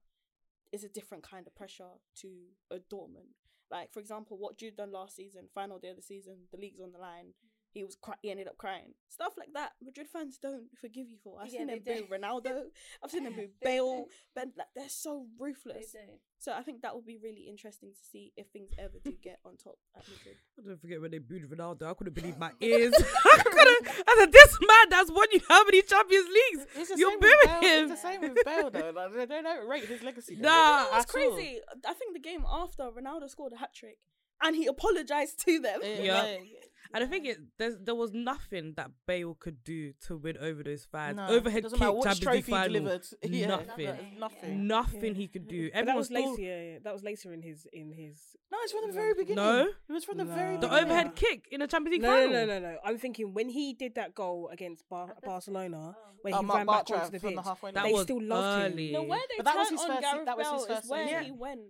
B: is a different kind of pressure to a Dortmund. Like for example, what Jude done last season, final day of the season, the league's on the line. He was cry- he ended up crying. Stuff like that, Madrid fans don't forgive you for. I've
F: Yeah,
B: seen
F: they
B: them boo
F: don't.
B: Ronaldo. I've seen them boo
F: They
B: Bale.
F: don't.
B: Ben, like, they're so
F: They
B: ruthless.
F: do.
B: So I think that will be really interesting to see if things ever do get on top at Madrid.
D: Don't forget when they booed Ronaldo. I couldn't believe my ears. I couldn't. I said, "This man that's won you how many Champions Leagues?
E: It's the
D: You're
E: same with Bale.
D: booing him."
E: It's the same with Bale though. Like, they don't overrate his legacy. though,
D: Nah,
E: at
B: That's
E: all.
B: crazy. I think the game after Ronaldo scored a hat trick and he apologized to them.
E: It-
D: Yeah.
E: like,
D: And I think it there's, there was nothing that Bale could do to win over those fans.
E: No,
D: Overhead kick,
E: doesn't matter what
D: Champions League
E: trophy
D: final,
E: delivered. Yeah,
D: nothing,
E: nothing. nothing.
D: nothing he could do.
C: But that
D: Everyone
C: was
D: still
C: later. Yeah, yeah, that was later in his in his.
E: No, it's from the very beginning.
D: No.
E: it was from the very
C: No.
D: the
E: beginning.
D: overhead kick in a Champions League
C: No,
D: final.
C: no, no, no, no. I'm thinking when he did that goal against Bar- Barcelona, where
E: Oh,
C: he
E: Mark
C: ran back
E: Bartra
C: onto the
E: from the
C: pitch,
E: halfway
D: That
C: they
D: was
C: still loved
D: early.
C: him.
B: No, where they
E: But that was
B: turned
E: his
B: on
E: first-
B: Gareth
E: that was his
B: Bale
E: first
B: is where
E: season.
B: he
E: Yeah.
B: went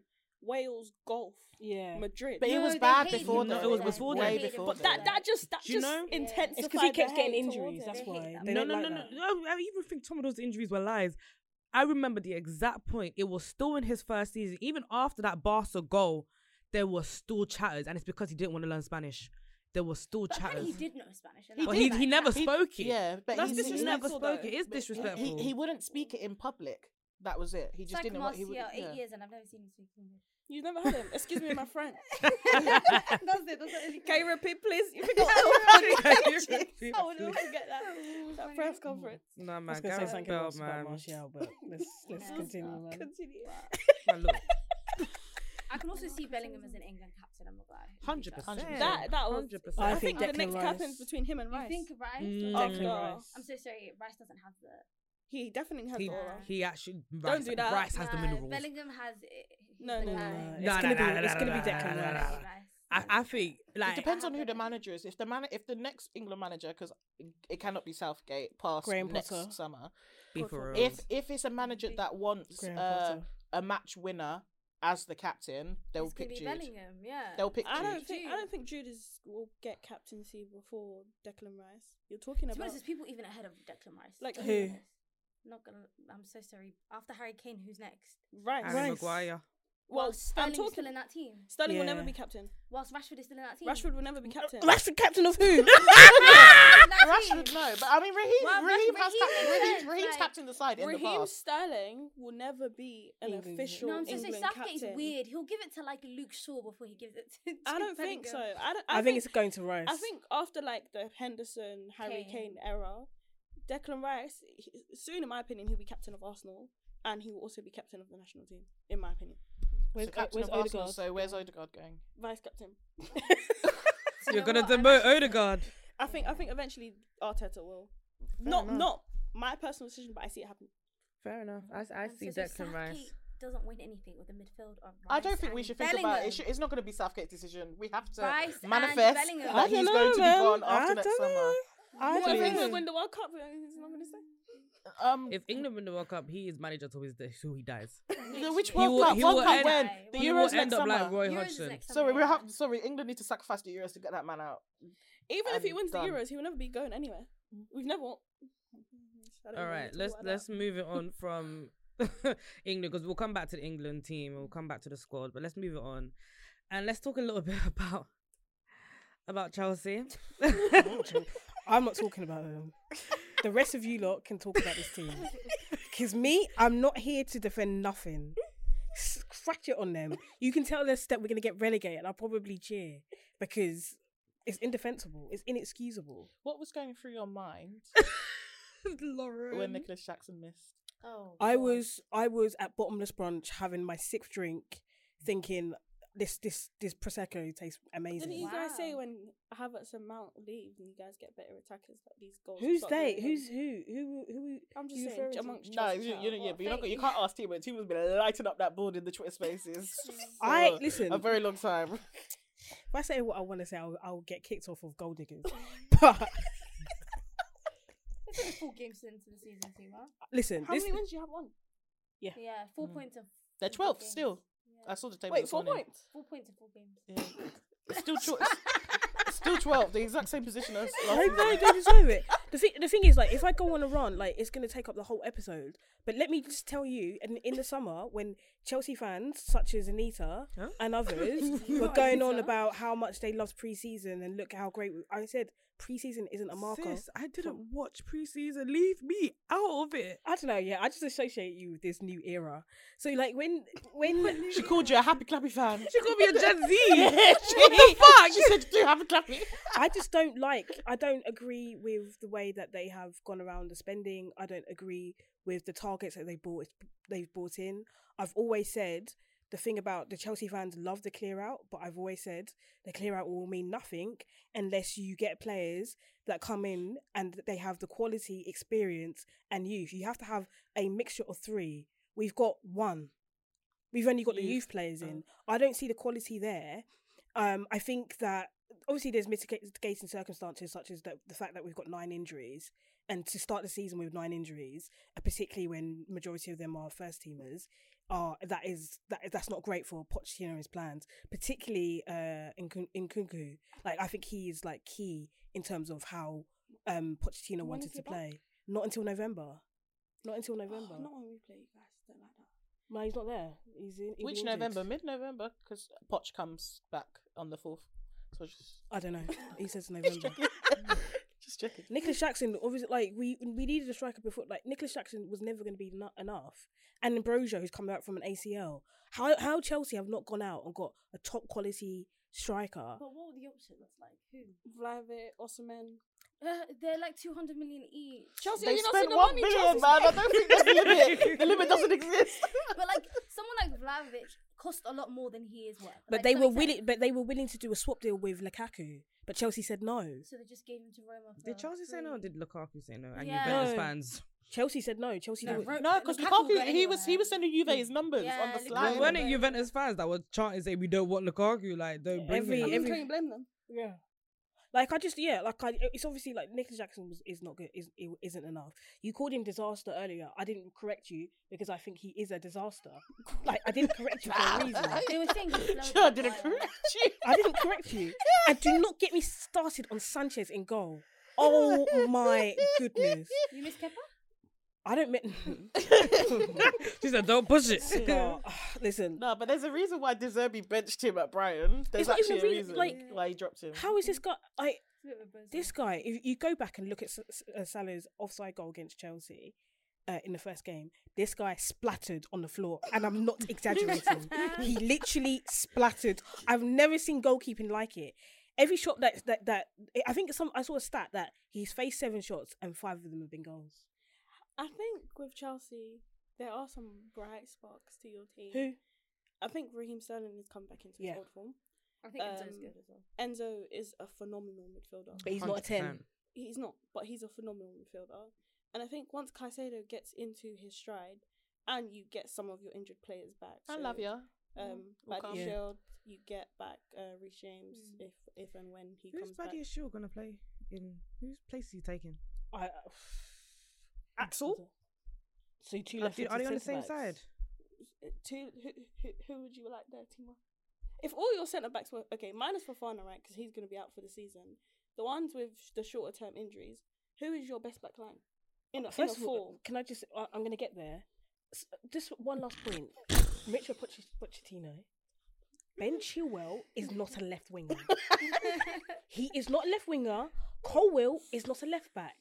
B: Wales golf
C: Yeah,
B: Madrid.
E: But it
F: No,
E: was
F: they
E: bad
F: hated
E: before.
D: him for
E: though.
D: that. It was before
E: Way
D: that.
E: before.
B: but
E: though.
B: that that just that
D: Do you
B: just
D: know- Yeah.
B: intensified.
C: it's because he kept
B: the
C: getting
B: hate towards
C: injuries.
B: it.
C: That's
F: They hate
C: why.
F: that.
C: They
D: no,
C: don't
D: no,
C: like
D: no,
C: that.
D: no, no. I even think some of those injuries were lies. I remember the exact point. It was still in his first season. Even after that Barca goal, there were still chatters, and it's because he didn't want to learn Spanish. There were still
F: But apparently
D: chatters.
F: he did know Spanish. and
E: Oh,
F: that
E: He
D: But
F: was
D: he,
F: like
D: he never
F: that.
E: He-
D: spoke it.
E: yeah, but
D: that's
E: he's-
D: disrespectful.
E: he's
D: never
B: though.
D: spoke it. It's
B: But he-
D: disrespectful.
E: He, he wouldn't speak it in public. That was it. He
F: It's like
E: just didn't.
F: last
E: want- he would,
F: year, eight
E: yeah.
F: years, and I've never seen him speak English.
B: You never heard him. Excuse me, my friend.
F: That's it. That's it.
B: Can you repeat, please? You forgot I would always get that, that press conference.
D: No
C: I was
D: man,
C: gonna say
D: Gareth
C: something
D: Bale,
C: else about
D: man.
C: Martial, but let's let's
F: Yeah.
C: continue.
F: Uh,
C: Man.
B: Continue.
D: Man, look,
F: I can also see Bellingham as an England captain. I'm not glad.
D: hundred percent.
B: That that was.
D: hundred
C: I
B: I
D: percent.
B: think
C: think
B: the
C: Declan
B: next
C: Rice-
B: captain's between him and
F: You
B: Rice.
F: think Rice?
D: Mm.
F: Oh,
C: Declan
F: God.
C: Rice.
F: I'm so sorry. Rice doesn't have the.
B: He definitely has
D: He,
B: aura.
D: he actually Rice,
B: do that.
D: Rice has the
F: No,
D: minerals.
F: Bellingham has. It. He's
B: No,
F: the
B: no, no,
F: guy.
C: no,
D: Nah,
C: It's
D: nah,
C: gonna
D: nah,
C: be it's
D: nah,
C: gonna be
D: nah, nah,
C: Declan
D: nah,
C: Rice.
D: nah, nah. I, I think
E: It
D: like
E: depends on who the manager is. If the man, if the next England manager, because it cannot be Southgate past
C: Graham
E: next
C: Potter.
E: summer.
D: be for real.
E: If if it's a manager that wants
C: Graham
E: uh,
C: Potter.
E: a match winner as the captain, they'll
F: It's gonna
E: pick
F: be
E: Jude.
F: Bellingham. Yeah.
E: They'll pick
B: I
E: Jude.
B: don't think I don't think Jude is, will get captaincy before Declan Rice. You're talking
F: To be
B: about
F: honest, there's people even ahead of Declan Rice.
B: Like
F: Let's
B: who?
F: be honest. Not gonna. I'm so sorry. After Harry Kane, who's next?
B: Rice.
D: Harry Maguire.
F: Well,
B: Well, I'm
F: Sterling's
B: talking.
F: still in that team.
B: Sterling will
C: Yeah.
B: never be captain.
F: Whilst Rashford is still in that team.
B: Rashford will never be captain.
C: Rashford, captain of who?
E: Rashford, no, but I mean Raheem.
F: Well,
E: Raheem
F: Raheem
E: has
F: makes
E: captain, Raheem,
F: sense,
E: Raheem's
F: like-
E: captain the side in the
B: Raheem
E: past.
B: Sterling will never be an
C: England.
B: official
F: No, I'm so
B: England
F: saying Southgate's
B: captain.
F: weird. He'll give it to like Luke Shaw before he gives it to.
B: I
F: to
B: don't think so.
F: Bellingham.
B: I, don't,
C: I think it's going to Rice.
B: I think after like the Henderson Harry
F: Kane.
B: Kane era, Declan Rice he, soon, in my opinion, he'll be captain of Arsenal, and he will also be captain of the national team, in my opinion.
E: Where's,
B: uh,
E: captain of Arsenal, so where's Odegaard going?
B: Vice captain.
F: You
D: You're
F: know
D: gonna
F: what? I'm
D: demote
F: actually-
D: Odegaard.
B: I think I think eventually Arteta will. not
E: enough.
B: not my personal decision, but I see it happen.
D: Fair enough. I, I
F: I'm so
D: see
F: sorry,
D: Declan Rice.
F: Southgate Doesn't win anything with the midfield of
E: I
F: Rice
E: don't think we
F: and
E: should think about
F: Bellingham.
E: it. Should, it's not going to be Southgate's decision. We have to
F: Rice and
E: manifest
F: Bellingham.
E: that
F: I
E: he's going to be gone after next summer.
C: I
B: Well,
C: don't
B: if
C: know.
B: England win the World Cup, he's not going to say.
E: Um,
D: If England win the World Cup, he is manager till his day, till he dies.
E: the- which
F: He
E: World
F: will-
E: Cup?
F: he
E: World
F: will
E: Cup
F: end-
E: when the
F: he
D: he
E: Euros
D: will
E: next
D: end up
E: summer.
D: like Roy
F: Euros is
D: Hodgson.
F: next
E: Sorry,
F: summer,
E: we have
F: yeah.
E: sorry. England need to sacrifice the Euros to get that man out.
B: Even if he
E: I'm
B: wins
E: done.
B: the Euros, he will never be going anywhere. We've never. All
D: All right, let's let's move it on from England because we'll come back to the England team and we'll come back to the squad, but let's move it on and let's talk a little bit about about Chelsea.
C: I'm not talking about them. The rest of you lot can talk about this team. Because me, I'm not here to defend nothing. Scratch it on them. You can tell us that we're going to get relegated and I'll probably cheer because it's indefensible. It's inexcusable.
E: What was going through your mind
D: Lauren.
E: when Nicholas Jackson missed?
F: Oh,
C: I
F: God.
C: was I was at bottomless brunch having my sixth drink thinking this this this prosecco tastes
B: Didn't
C: amazing.
B: you guys say
F: Wow.
B: when Havertz and Mount leave, and you guys get better attackers like these goals?
C: Who's
B: stop
C: they?
B: getting-
C: Who's who? Who who?
B: I'm just
C: who
B: saying,
C: referring to?
B: amongst
E: No,
B: Chelsea
E: you, you,
B: fans.
E: yeah, but you're not,
F: What,
E: you can't ask teammates. Teammates been lighting up that board in the Twitter spaces.
C: I-
E: for
C: listen.
E: a very long time.
C: If I say what I want to say, I'll, I'll get kicked off of gold diggers. but
F: It's only four games into the season, too, huh?
C: listen,
B: How
C: this,
B: many wins do you have on?
F: Yeah, four
B: Mm.
F: points of.
E: They're
F: four
E: 12th
F: games.
E: still.
F: Yeah.
E: I saw the table.
B: Wait,
E: this
B: four
E: morning.
B: points.
F: Four points in four games.
E: Yeah. Still, tw- still 12. The exact same position as last
C: I know
E: season.
C: they deserve it. The thing, the thing is, like, if I go on a run, like, it's gonna take up the whole episode. But let me just tell you, and in the summer, when Chelsea fans such as Anita and others were going on about how much they loved preseason and look how great, we, I said preseason isn't a marker.
D: Sis, I didn't watch preseason. Leave me out of it.
C: I don't know. Yeah, I just associate you with this new era. So like when when
E: She called you a happy clappy fan.
D: She called me a Gen Z.
E: what the fuck? She said you happy clappy.
C: I just don't like. I don't agree with the way that they have gone around the spending. I don't agree with the targets that they bought. They've bought in. I've always said the thing about the Chelsea fans love the clear out, but I've always said the clear out will mean nothing unless you get players that come in and they have the quality, experience, and youth. You have to have a mixture of three. We've got one. We've only got the youth players in. I don't see the quality there. Um, I think that obviously there's mitigating circumstances such as the, the fact that we've got nine injuries, and to start the season with nine injuries, uh, particularly when majority of them are first teamers, are that is that that's not great for Pochettino's plans, particularly uh, in Kun- in Kunku. Like I think he is like key in terms of how um, Pochettino
B: When
C: wanted
B: is
C: to
B: he back?
C: play. Not until November. Not until November.
B: Oh, not when we play, you guys. Don't like that.
C: No, he's not there. He's in. he's
E: Which
C: injured.
E: November? Mid November? Because Poch comes back on the 4th. So just,
C: I don't know. He says November.
E: just checking.
C: Nicholas Jackson, obviously, like we we needed a striker before. Like Nicholas Jackson was never going to be nu- enough, and Ambrosio, who's come out from an ACL. How how Chelsea have not gone out and got a top quality striker?
F: But what were the options? Like, who?
B: Vlahovic, Osman.
F: Uh, they're like 200 million each.
B: Chelsea,
E: They
B: are you not seeing
E: spent
B: the
E: 1
B: money?
E: billion,
B: Chelsea?
E: man. I don't think there's a limit. The limit doesn't exist.
F: but like, someone like Vlahovic cost a lot more than he is worth.
C: But
F: Like,
C: they
F: so
C: were
F: it's like-
C: willing. But they were willing to do a swap deal with Lukaku. But Chelsea said no.
F: So they just gave him to Roma.
D: Did
F: for
D: Chelsea say no? Or
F: free.
D: did Lukaku say no? And
F: Yeah.
D: Juventus
C: No.
D: fans.
C: Chelsea said no. Chelsea.
F: No,
C: didn't-
F: Ro-
E: No, because
F: Lukaku
E: Lukaku,
F: got
E: he was he
F: anywhere.
E: was sending Juve his numbers
F: Yeah,
E: on the
F: Lukaku
E: slide.
F: got
D: Weren't it
F: Right.
D: Juventus fans that were chanting saying we don't want Lukaku? Like don't bring
C: Every-
D: him.
B: I mean,
C: every-
B: can you blame them?
C: Yeah. Like I just yeah like I it's obviously like Nicholas Jackson was, is not good is it isn't enough. You called him disaster earlier. I didn't correct you because I think he is a disaster. Like I didn't correct you for a reason.
F: They were saying he slowed
E: Sure, I
F: down
E: didn't
F: well.
E: correct you.
C: I didn't correct you. And do not get me started on Sanchez in goal. Oh my goodness.
F: You miss Kepa?
C: I don't mean.
D: She said, "Don't push it."
C: No, uh, listen,
E: No, but there's a reason why Deserby benched him at Brighton. There's
C: It's not even
E: actually a
C: a rea-
E: reason
C: like,
E: why he dropped him.
C: how is this guy? I this guy. If you go back and look at S- S- uh, Salah's offside goal against Chelsea. Uh, in the first game, this guy splattered on the floor, and I'm not exaggerating. he literally splattered. I've never seen goalkeeping like it. Every shot that that that I think some I saw a stat that he's faced seven shots and five of them have been goals.
B: I think with Chelsea, there are some bright sparks to your team.
C: Who?
B: I think Raheem Sterling has come back into his
C: Yeah.
B: old form.
F: I think Enzo's
B: Um,
F: good as well.
B: Enzo is a phenomenal midfielder.
C: But he's not a ten.
D: 100%.
B: He's not, but he's a phenomenal midfielder. And I think once Caicedo gets into his stride, and you get some of your injured players back.
E: I
B: so,
E: love you.
B: Um,
E: Walker.
B: Buddy
C: Yeah.
B: Shield, you get back uh, Reece James
F: Mm.
B: if if and when he
D: Who's
B: comes back.
D: Buddy Shaw gonna play in? Whose place is he taking?
C: I, uh,
D: Axel?
C: So two
D: Are,
C: left.
D: they- are they on the same side?
B: Two, who, who, who would you like there, Timo? If all your centre backs were okay, minus Fofana, right? Because he's going to be out for the season. The ones with the shorter term injuries. Who is your best back line? In a, in a
C: First of
B: four.
C: all, can I just? I, I'm going to get there. S- Just one last point. Mitchell Poch- Pochettino. Ben Chilwell is not a left winger. he is not a left winger. Colwell is not a left back.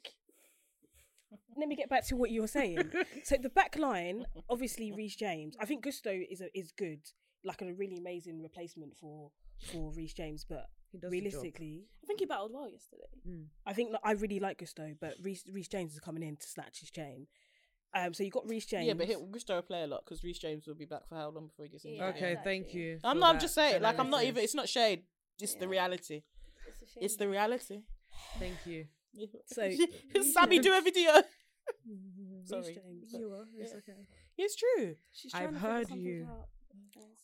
C: Let me get back to what you were saying. so the back line, obviously, Reece James. I think Gusto is a, is good, like a really amazing replacement for for Reece James. But
D: He does the job.
C: realistically,
B: I think he battled well yesterday.
C: I think that I really like Gusto, but Reece, Reece James is coming in to snatch his chain. Um, so you got Reece James.
E: Yeah, but he'll Gusto will play a lot because Reece James will be back for how long before he gets injured?
F: Yeah,
D: okay,
F: exactly.
D: thank you.
E: I'm
D: for
E: not. I'm
D: that
E: just saying. Like I'm not
D: analysis.
E: even. It's not shade. It's the reality.
F: It's a shame.
E: It's the reality.
D: Thank you.
C: So-
E: Sammy, do a video. Sorry, it's true.
B: She's
D: I've
B: trying to figure
D: heard
B: something
D: you.
B: out.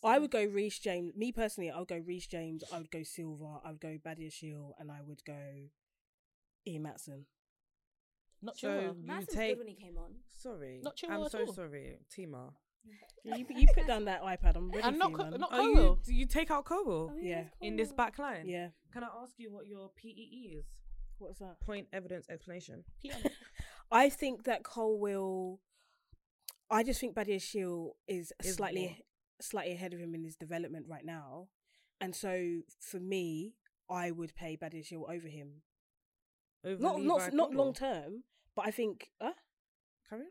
C: I would go Reece James. Me personally, I would go Reece James. I would go Silva. I would go Badia Shield, and I would go Ian Matson.
E: Not
D: So-
E: sure.
D: you
F: Madison was
D: take-
F: good when he came on.
D: Sorry,
E: Not Chilwell
D: I'm
E: at
D: so
E: all.
D: sorry, Tima.
C: You, you put down that iPad. I'm ready
E: And
C: for
E: not
C: you,
E: co-
C: man.
E: not
D: Are you?
E: Colwell.
D: Do you take out Kobo
C: yeah.
D: in this back line?
C: Yeah.
D: Can I ask you what your PEE is?
C: What's that?
D: Point evidence explanation.
C: I think that Cole will. I just think Badia Shield is,
D: Is
C: slightly slightly ahead of him in his development right now, and so for me, I would pay Badia Shield over him.
D: Over
C: not
D: Levi
C: not not
D: Kobo?
C: long term, but I think. Huh?
D: Carry on.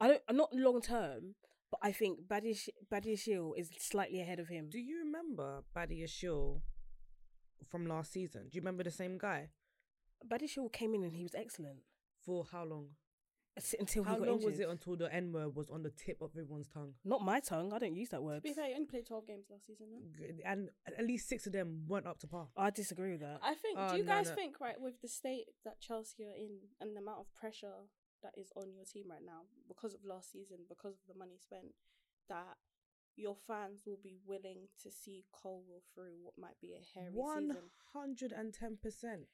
C: I don't. Not long term, but I think Badish Badishil is slightly ahead of him.
D: Do you remember Buddy Ashil from last season? Do you remember the same guy
C: Badishil came in and he was excellent
D: for how long?
C: s- until
D: how
C: he got
D: long
C: injured.
D: was it until the N word was on the tip of everyone's tongue?
C: Not my tongue. I don't use that
B: To
C: word.
B: be fair, he only played 12 games last season. huh?
D: G- And at least six of them weren't up to par.
C: I disagree with that.
B: I think.
D: Oh,
B: do you
D: no,
B: guys
D: no.
B: think right with the state that Chelsea are in and the amount of pressure that is on your team right now because of last season, because of the money spent, that your fans will be willing to see Colwell through what might be a hairy
D: One
B: season?
D: hundred and ten percent.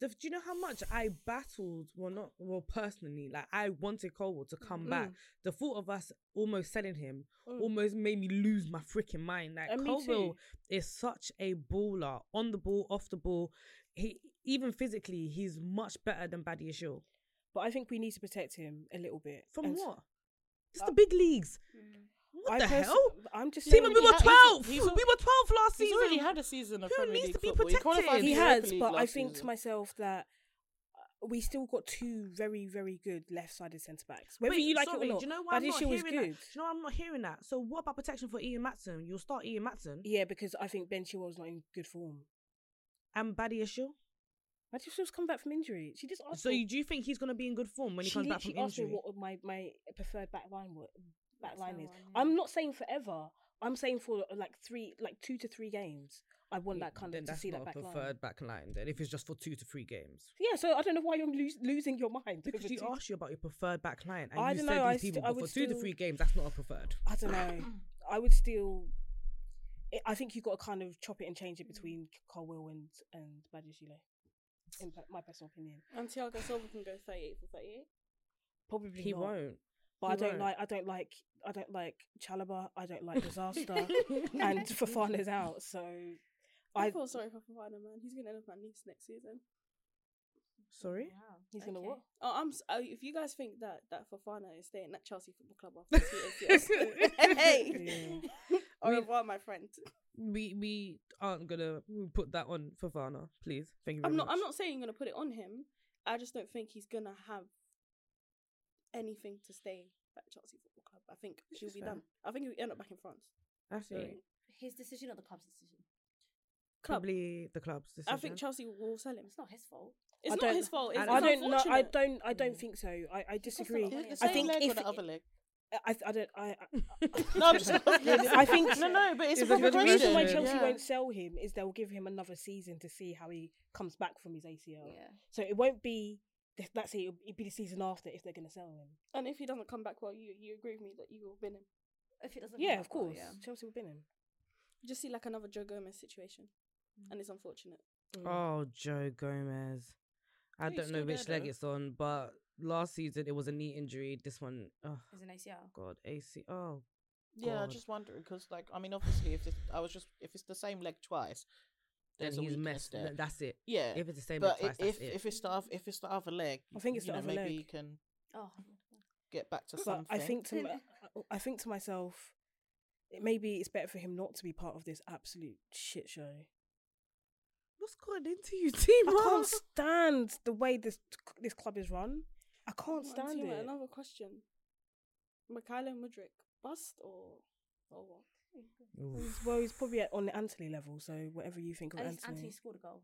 D: Do you know how much I battled? Well, not well personally. Like I wanted Colwell to come back. The thought of us almost selling him almost made me lose my freaking mind. Like
C: Mm. And me
D: Colwell
C: too.
D: is such a baller on the ball, off the ball. He even physically, he's much better than Badia Shill.
C: But I think we need to protect him a little bit.
D: From
C: And- uh, mm.
D: what? It's the big leagues. What
C: I
D: the
C: pers-
D: hell?
C: I'm just
D: Team,
C: saying-
D: we were
E: He's already-
D: twelve. We
E: he's
D: were
E: al-
D: twelve last
E: He's
D: season.
E: already had a season of
D: Who
E: Premier
D: needs
E: League
D: to be
E: football. He qualified
D: protected?
C: He
E: for the Europa
C: has,
E: League
C: but I
E: last
C: think to
E: season.
C: myself that uh, we still got two very very good left-sided centre backs. Whether
D: Wait,
C: you like
D: sorry,
C: it or not,
D: do you know why I'm not
C: Badishil
D: hearing
C: was
D: that?
C: good.
D: Do you know why I'm not hearing that? So what about protection for Ian Matson? You'll start Ian Matson
C: Yeah, because I think Ben Chilwell's not in good form.
D: and Badia Shill.
C: Badishil's come back from injury. She just asked.
D: So
C: me-
D: you, do you think he's going to be in good form when he
C: she
D: comes back from
C: literally asked
D: injury?
C: me what my, my preferred back line wa- back line is.
F: line,
C: I'm not saying forever. I'm saying for like three, like two to three games. I want that kind
D: then
C: of to
D: that's
C: see
D: not
C: that back
D: a
C: line.
D: preferred back line. Then if it's just for two to three games.
C: Yeah, so I don't know why you're lose, losing your mind.
D: Because
C: over
D: she
C: two-
D: asked you about your preferred back line, and
C: I
D: you
C: don't
D: said
C: know, I
D: these
C: st-
D: people,
C: I
D: but
C: would
D: for two to
C: still-
D: three games, that's not a preferred.
C: I don't know. I would still. I- I think you got to kind of chop it and change it between Carwell and and Badishile. In pe- my personal opinion,
B: And Thiago Silva can go 38 for 38.
C: probably
D: He
C: not.
D: won't.
C: But
D: He
C: I don't
D: won't.
C: like. I don't like. I don't like Chalaba. I don't like disaster. and Fafana's out, so
B: I
C: I
B: feel sorry for Fofana, man. He's going to end up at Nice next season.
C: Sorry? He's gonna
F: Okay.
C: what?
B: Oh, I'm. s- Uh, if you guys think that that Fofana is staying at Chelsea Football Club after two years, yes. hey, au
D: We-
B: revoir, my friend.
D: We we aren't gonna put that on Fafana, please. Thank you. Very
B: I'm not.
D: Much.
B: I'm not saying I'm gonna put it on him. I just don't think he's gonna have anything to stay at Chelsea Football Club. I think
D: Which
B: she'll
D: is
B: be
D: fair.
B: done. I think he'll end up back in France.
D: Actually,
F: His decision or the club's decision?
B: Club.
D: probably the club's decision.
B: I think Chelsea will sell him.
F: It's not his fault.
B: It's
C: I
B: not
C: don't-
B: his fault. It's,
C: I
B: it's
C: don't know. I
B: unfortunate.
C: don't. I don't think so. I, I disagree.
F: Is it the
C: I
F: same
C: think
E: leg
C: if
E: or the other leg.
C: I, I don't. I, I,
E: No, I'm just
C: I think
E: no, no, but it's
D: It's
E: a
D: a
E: proper
D: good
C: the reason why
D: question.
C: Chelsea
E: Yeah.
C: won't sell him is they'll give him another season to see how he comes back from his ACL.
F: Yeah.
C: So it won't be. th- That's it. It'll it'll be the season after if they're going to sell him.
B: And if he doesn't come back well, you you agree with me that you will bin him.
F: If it doesn't. come
C: Yeah,
F: out
C: of
F: well,
C: course.
F: yeah.
C: Chelsea will bin him.
B: You just see like another Joe Gomez situation,
C: Mm.
B: and it's unfortunate.
D: Oh, Joe Gomez. I don't
E: he's
D: know
E: still there,
D: which leg
E: though.
D: it's on, but last season it was a knee injury. This one, oh
F: It's an ACL.
D: God, AC. Oh,
E: Yeah, I
D: God.
E: just wondering because, like, I mean, obviously, if it's, I was just if it's the same leg twice,
D: then
E: there's a
D: he's
E: weakness
D: messed.
E: there.
D: th- That's it.
E: yeah,
D: If it's the same leg
E: but
D: twice,
E: i-
D: that's
E: if
D: it.
E: if it's the oth- if it's the other leg,
C: I think it's
E: you
C: the
E: know,
C: other
E: maybe
C: leg.
E: you can
F: Oh.
E: get back to
C: But
E: something.
C: I think to my, I think to myself, it maybe it's better for him not to be part of this absolute shit show.
D: What's gotten into you, team?
C: I can't stand the way this this club is run. I can't
B: Come on,
C: stand
B: Tima,
C: it.
B: Another question: Mikhailo Mudrik, bust or or what?
C: He's- Well, he's probably at, on the Anthony level, so whatever you think of
F: At least
C: Anthony.
F: Anthony scored a goal.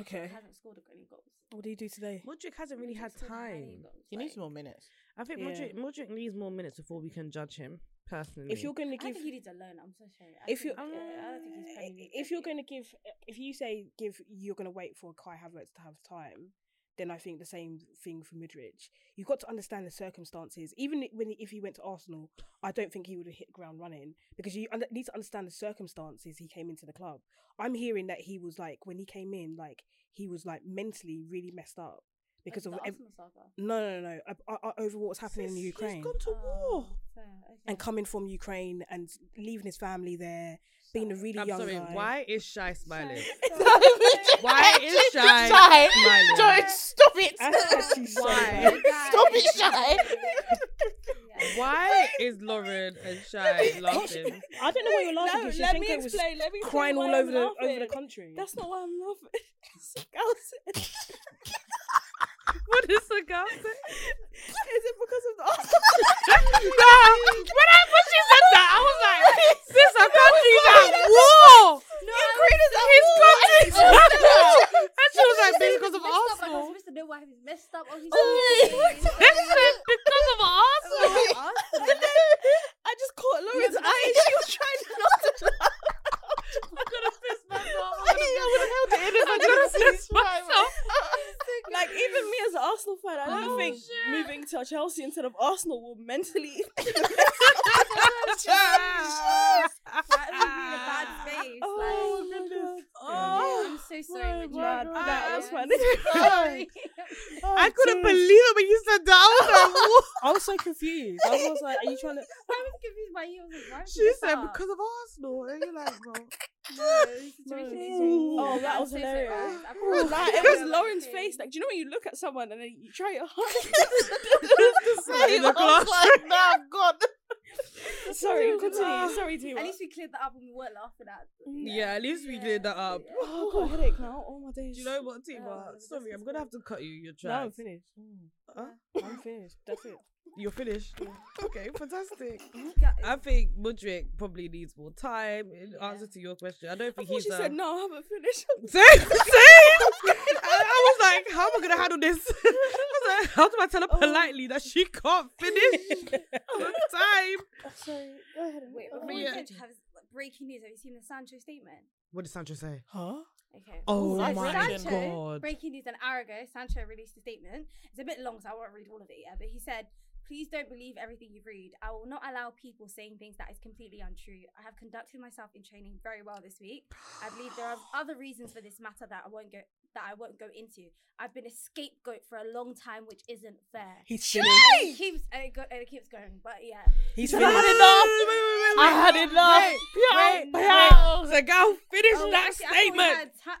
C: Okay.
F: He hasn't scored a- any goals.
C: What do you do today?
D: Modric hasn't really
F: He's
D: had
F: scored any
D: time.
F: goals,
E: he needs
F: like-
E: more minutes.
D: I think
C: Yeah.
D: Modric, Modric needs more minutes before we can judge him personally.
C: If you're going to
F: I
C: give,
F: think he needs a loan. I'm so sorry. I
C: if you,
F: think, uh, I don't think
D: um,
F: he's playing.
C: if you're going to give, eh, if you say give, you're going to wait for Kai Havertz to have time. Then I think the same thing for Mudrich. You've got to understand the circumstances. Even i- when if he went to Arsenal, I don't think he would have hit ground running because you under, need to understand the circumstances he came into the club. I'm hearing that he was like when he came in, like he was like mentally really messed up because of
F: the
C: ev-
F: Arsenal saga.
C: No, no, no. no. I, I, over what's happening in
D: He's-
C: Ukraine
D: he's gone to war.
F: Oh, fair, okay.
C: and coming from Ukraine and leaving his family there, being a really
D: I'm
C: young
D: sorry.
C: guy.
D: Why is Shy smiling? Why
E: Why
D: is Shy smiling?
E: Don't stop it!
C: Actually, sorry.
D: Why?
E: Stop it, shy.
D: Why is Lauren and Shy laughing?
C: I don't know why you're laughing.
B: No,
C: because
B: let me
C: Shevchenko was
B: explain, let me explain
C: crying
B: why
C: all
B: I'm
C: over the over the
B: laughing.
C: country.
B: That's not why I'm laughing. It's a girl said-
D: What is the girl saying?
B: Is it because of the Arsenal?
D: no, when, I, when she said that, I was like, this a country that war. No, Ukraine is at his country. and she was like, because of Arsenal.
F: I'm supposed to know why he's messed up. Oh,
D: This
F: he's
D: is because of Arsenal.
B: I just caught Lauren's eye. and She was trying to not to laugh.
D: I could have pissed myself.
E: I would have held it in if I
D: I could
E: didn't
D: have
E: see
D: pissed myself.
B: Like even me as an Arsenal fan, I don't
D: Oh,
B: think
D: shit.
B: moving to Chelsea instead of Arsenal will mentally.
F: That would be a bad
C: Ah.
F: face.
B: Oh,
F: like,
B: goodness.
F: oh, I'm so sorry.
B: my God, that was funny.
F: funny.
C: Oh,
D: I couldn't believe it when you said that. I was like, what?
C: I was so confused. I was like, "Are you trying to?"
F: I was confused by you. I was like, why
D: She said, because of Arsenal. And you're like, bro.
B: Oh, that was hilarious. Like, it was Lauren's face. Like, do you know when you look at someone and then you try your hardest?
D: In the class.
B: Sorry,
C: Ah.
B: continue. Sorry, Tima.
F: At least we cleared that up and we weren't laughing at.
B: Mm-hmm.
D: Yeah, at least we cleared that up.
B: Oh, I've got a headache now. Oh my days.
D: Do you know what, Tima?
F: Oh, this
D: Sorry, I'm
F: is
D: gonna have to cut you. You're
C: No, I'm
D: tracks.
C: finished.
D: Mm. Huh?
C: I'm finished. That's it.
D: You're finished. okay, fantastic.
F: Got it.
D: I think Mudrick probably needs more time in answer to your question. I don't
B: I
D: think
B: thought
D: he's.
B: she
D: a...
B: said no. I haven't finished.
D: Same, same. I, I was like, how am I gonna handle this? I was like, how do I tell
F: Oh.
D: her politely that she can't finish on time?
B: Sorry. Go ahead.
F: Wait,
B: Oh,
F: before
D: yeah.
F: we finish, have like, breaking news. Have you seen the Sancho statement?
D: What did Sancho say?
C: Huh?
F: Okay.
D: Oh
E: Nice
D: my
E: reaction.
D: god!
F: Breaking news an hour ago, Sancho released a statement. It's a bit long, so I won't read all of it yet. But he said, Please don't believe everything you read. I will not allow people saying things that is completely untrue. I have conducted myself in training very well this week. I believe there are other reasons for this matter that I won't go that I won't go into. I've been a scapegoat for a long time, which isn't fair.
C: He's finished.
F: and it keeps and it, go, and it keeps going, but yeah.
C: He's
D: I
C: finished.
D: had enough. I had enough. Wait, wait, wait. So go finish
F: Oh,
D: that
F: actually, I thought we
D: statement.
F: had ta-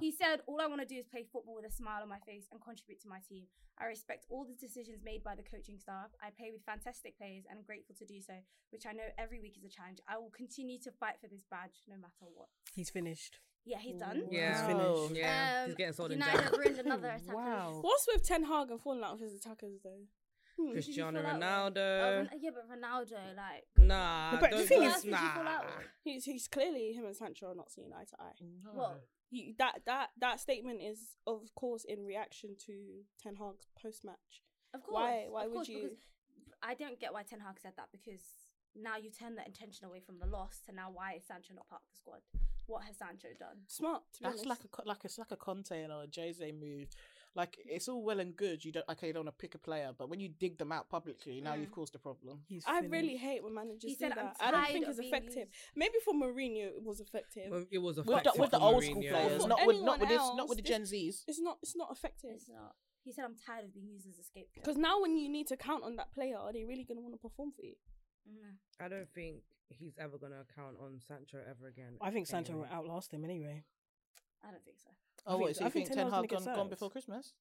F: He said, All I want to do is play football with a smile on my face and contribute to my team. I respect all the decisions made by the coaching staff. I play with fantastic players and am grateful to do so, which I know every week is a challenge. I will continue to fight for this badge no matter what.
C: He's finished.
F: Yeah, he's done.
D: Yeah.
C: He's finished.
D: Oh, Yeah.
F: Um,
D: He's getting sold in
F: United
D: jail.
F: have ruined another attacker.
E: Wow.
B: What's with Ten Hag and falling out with his attackers though? Hmm.
F: Did you
D: Cristiano
F: fall out with- Oh,
D: Ronaldo.
F: Ron- yeah, but Ronaldo, like.
D: Nah,
C: But the
D: don't
C: thing
F: who
D: do-
C: is-
F: else would you fall out
D: nah.
F: with?
B: He's he's clearly him and Sancho are not seeing eye to eye.
F: Well,
B: You, that that that statement is of course in reaction to Ten Hag's post match.
F: of course.
B: Why- why
F: of
B: would
F: course,
B: you-
F: Because I don't get why Ten Hag said that because now you turn the attention away from the loss to now why is Sancho not part of the squad? What has Sancho done?
B: Smart. To be
E: That's
B: honest.
E: like a co- like it's like a Conte or a Jose move. Like it's all well and good. You don't okay. You don't want to pick a player, but when you dig them out publicly, now you've caused a problem.
C: He's
B: I
C: finished.
B: really hate when managers
F: He
B: do
F: said, "I'm
B: that. I don't
F: tired
B: think
F: of
B: it's
F: being
B: effective.
F: used."
B: Maybe for Mourinho it was effective.
D: Well, It was a
E: With the, with the old school players,
B: For
E: not with
B: anyone
E: not with this, not
B: else,
E: with the
B: this-
E: Gen Zs.
B: It's not it's not effective.
F: It's not. He said, I'm tired of being used as a scapegoat.
B: Because now when you need to count on that player, are they really gonna want to perform for you?
F: Mm.
D: I don't think he's ever gonna count on Sancho ever again.
C: I think Sancho
D: anyway.
C: will outlast him anyway.
F: I don't think so.
E: Oh,
C: think-
E: wait, so
C: I
E: you
C: think
E: think
C: Ten
E: Ten
C: Hag's gonna
E: Hag gone,
C: get
E: gone
C: sacked.
E: before Christmas?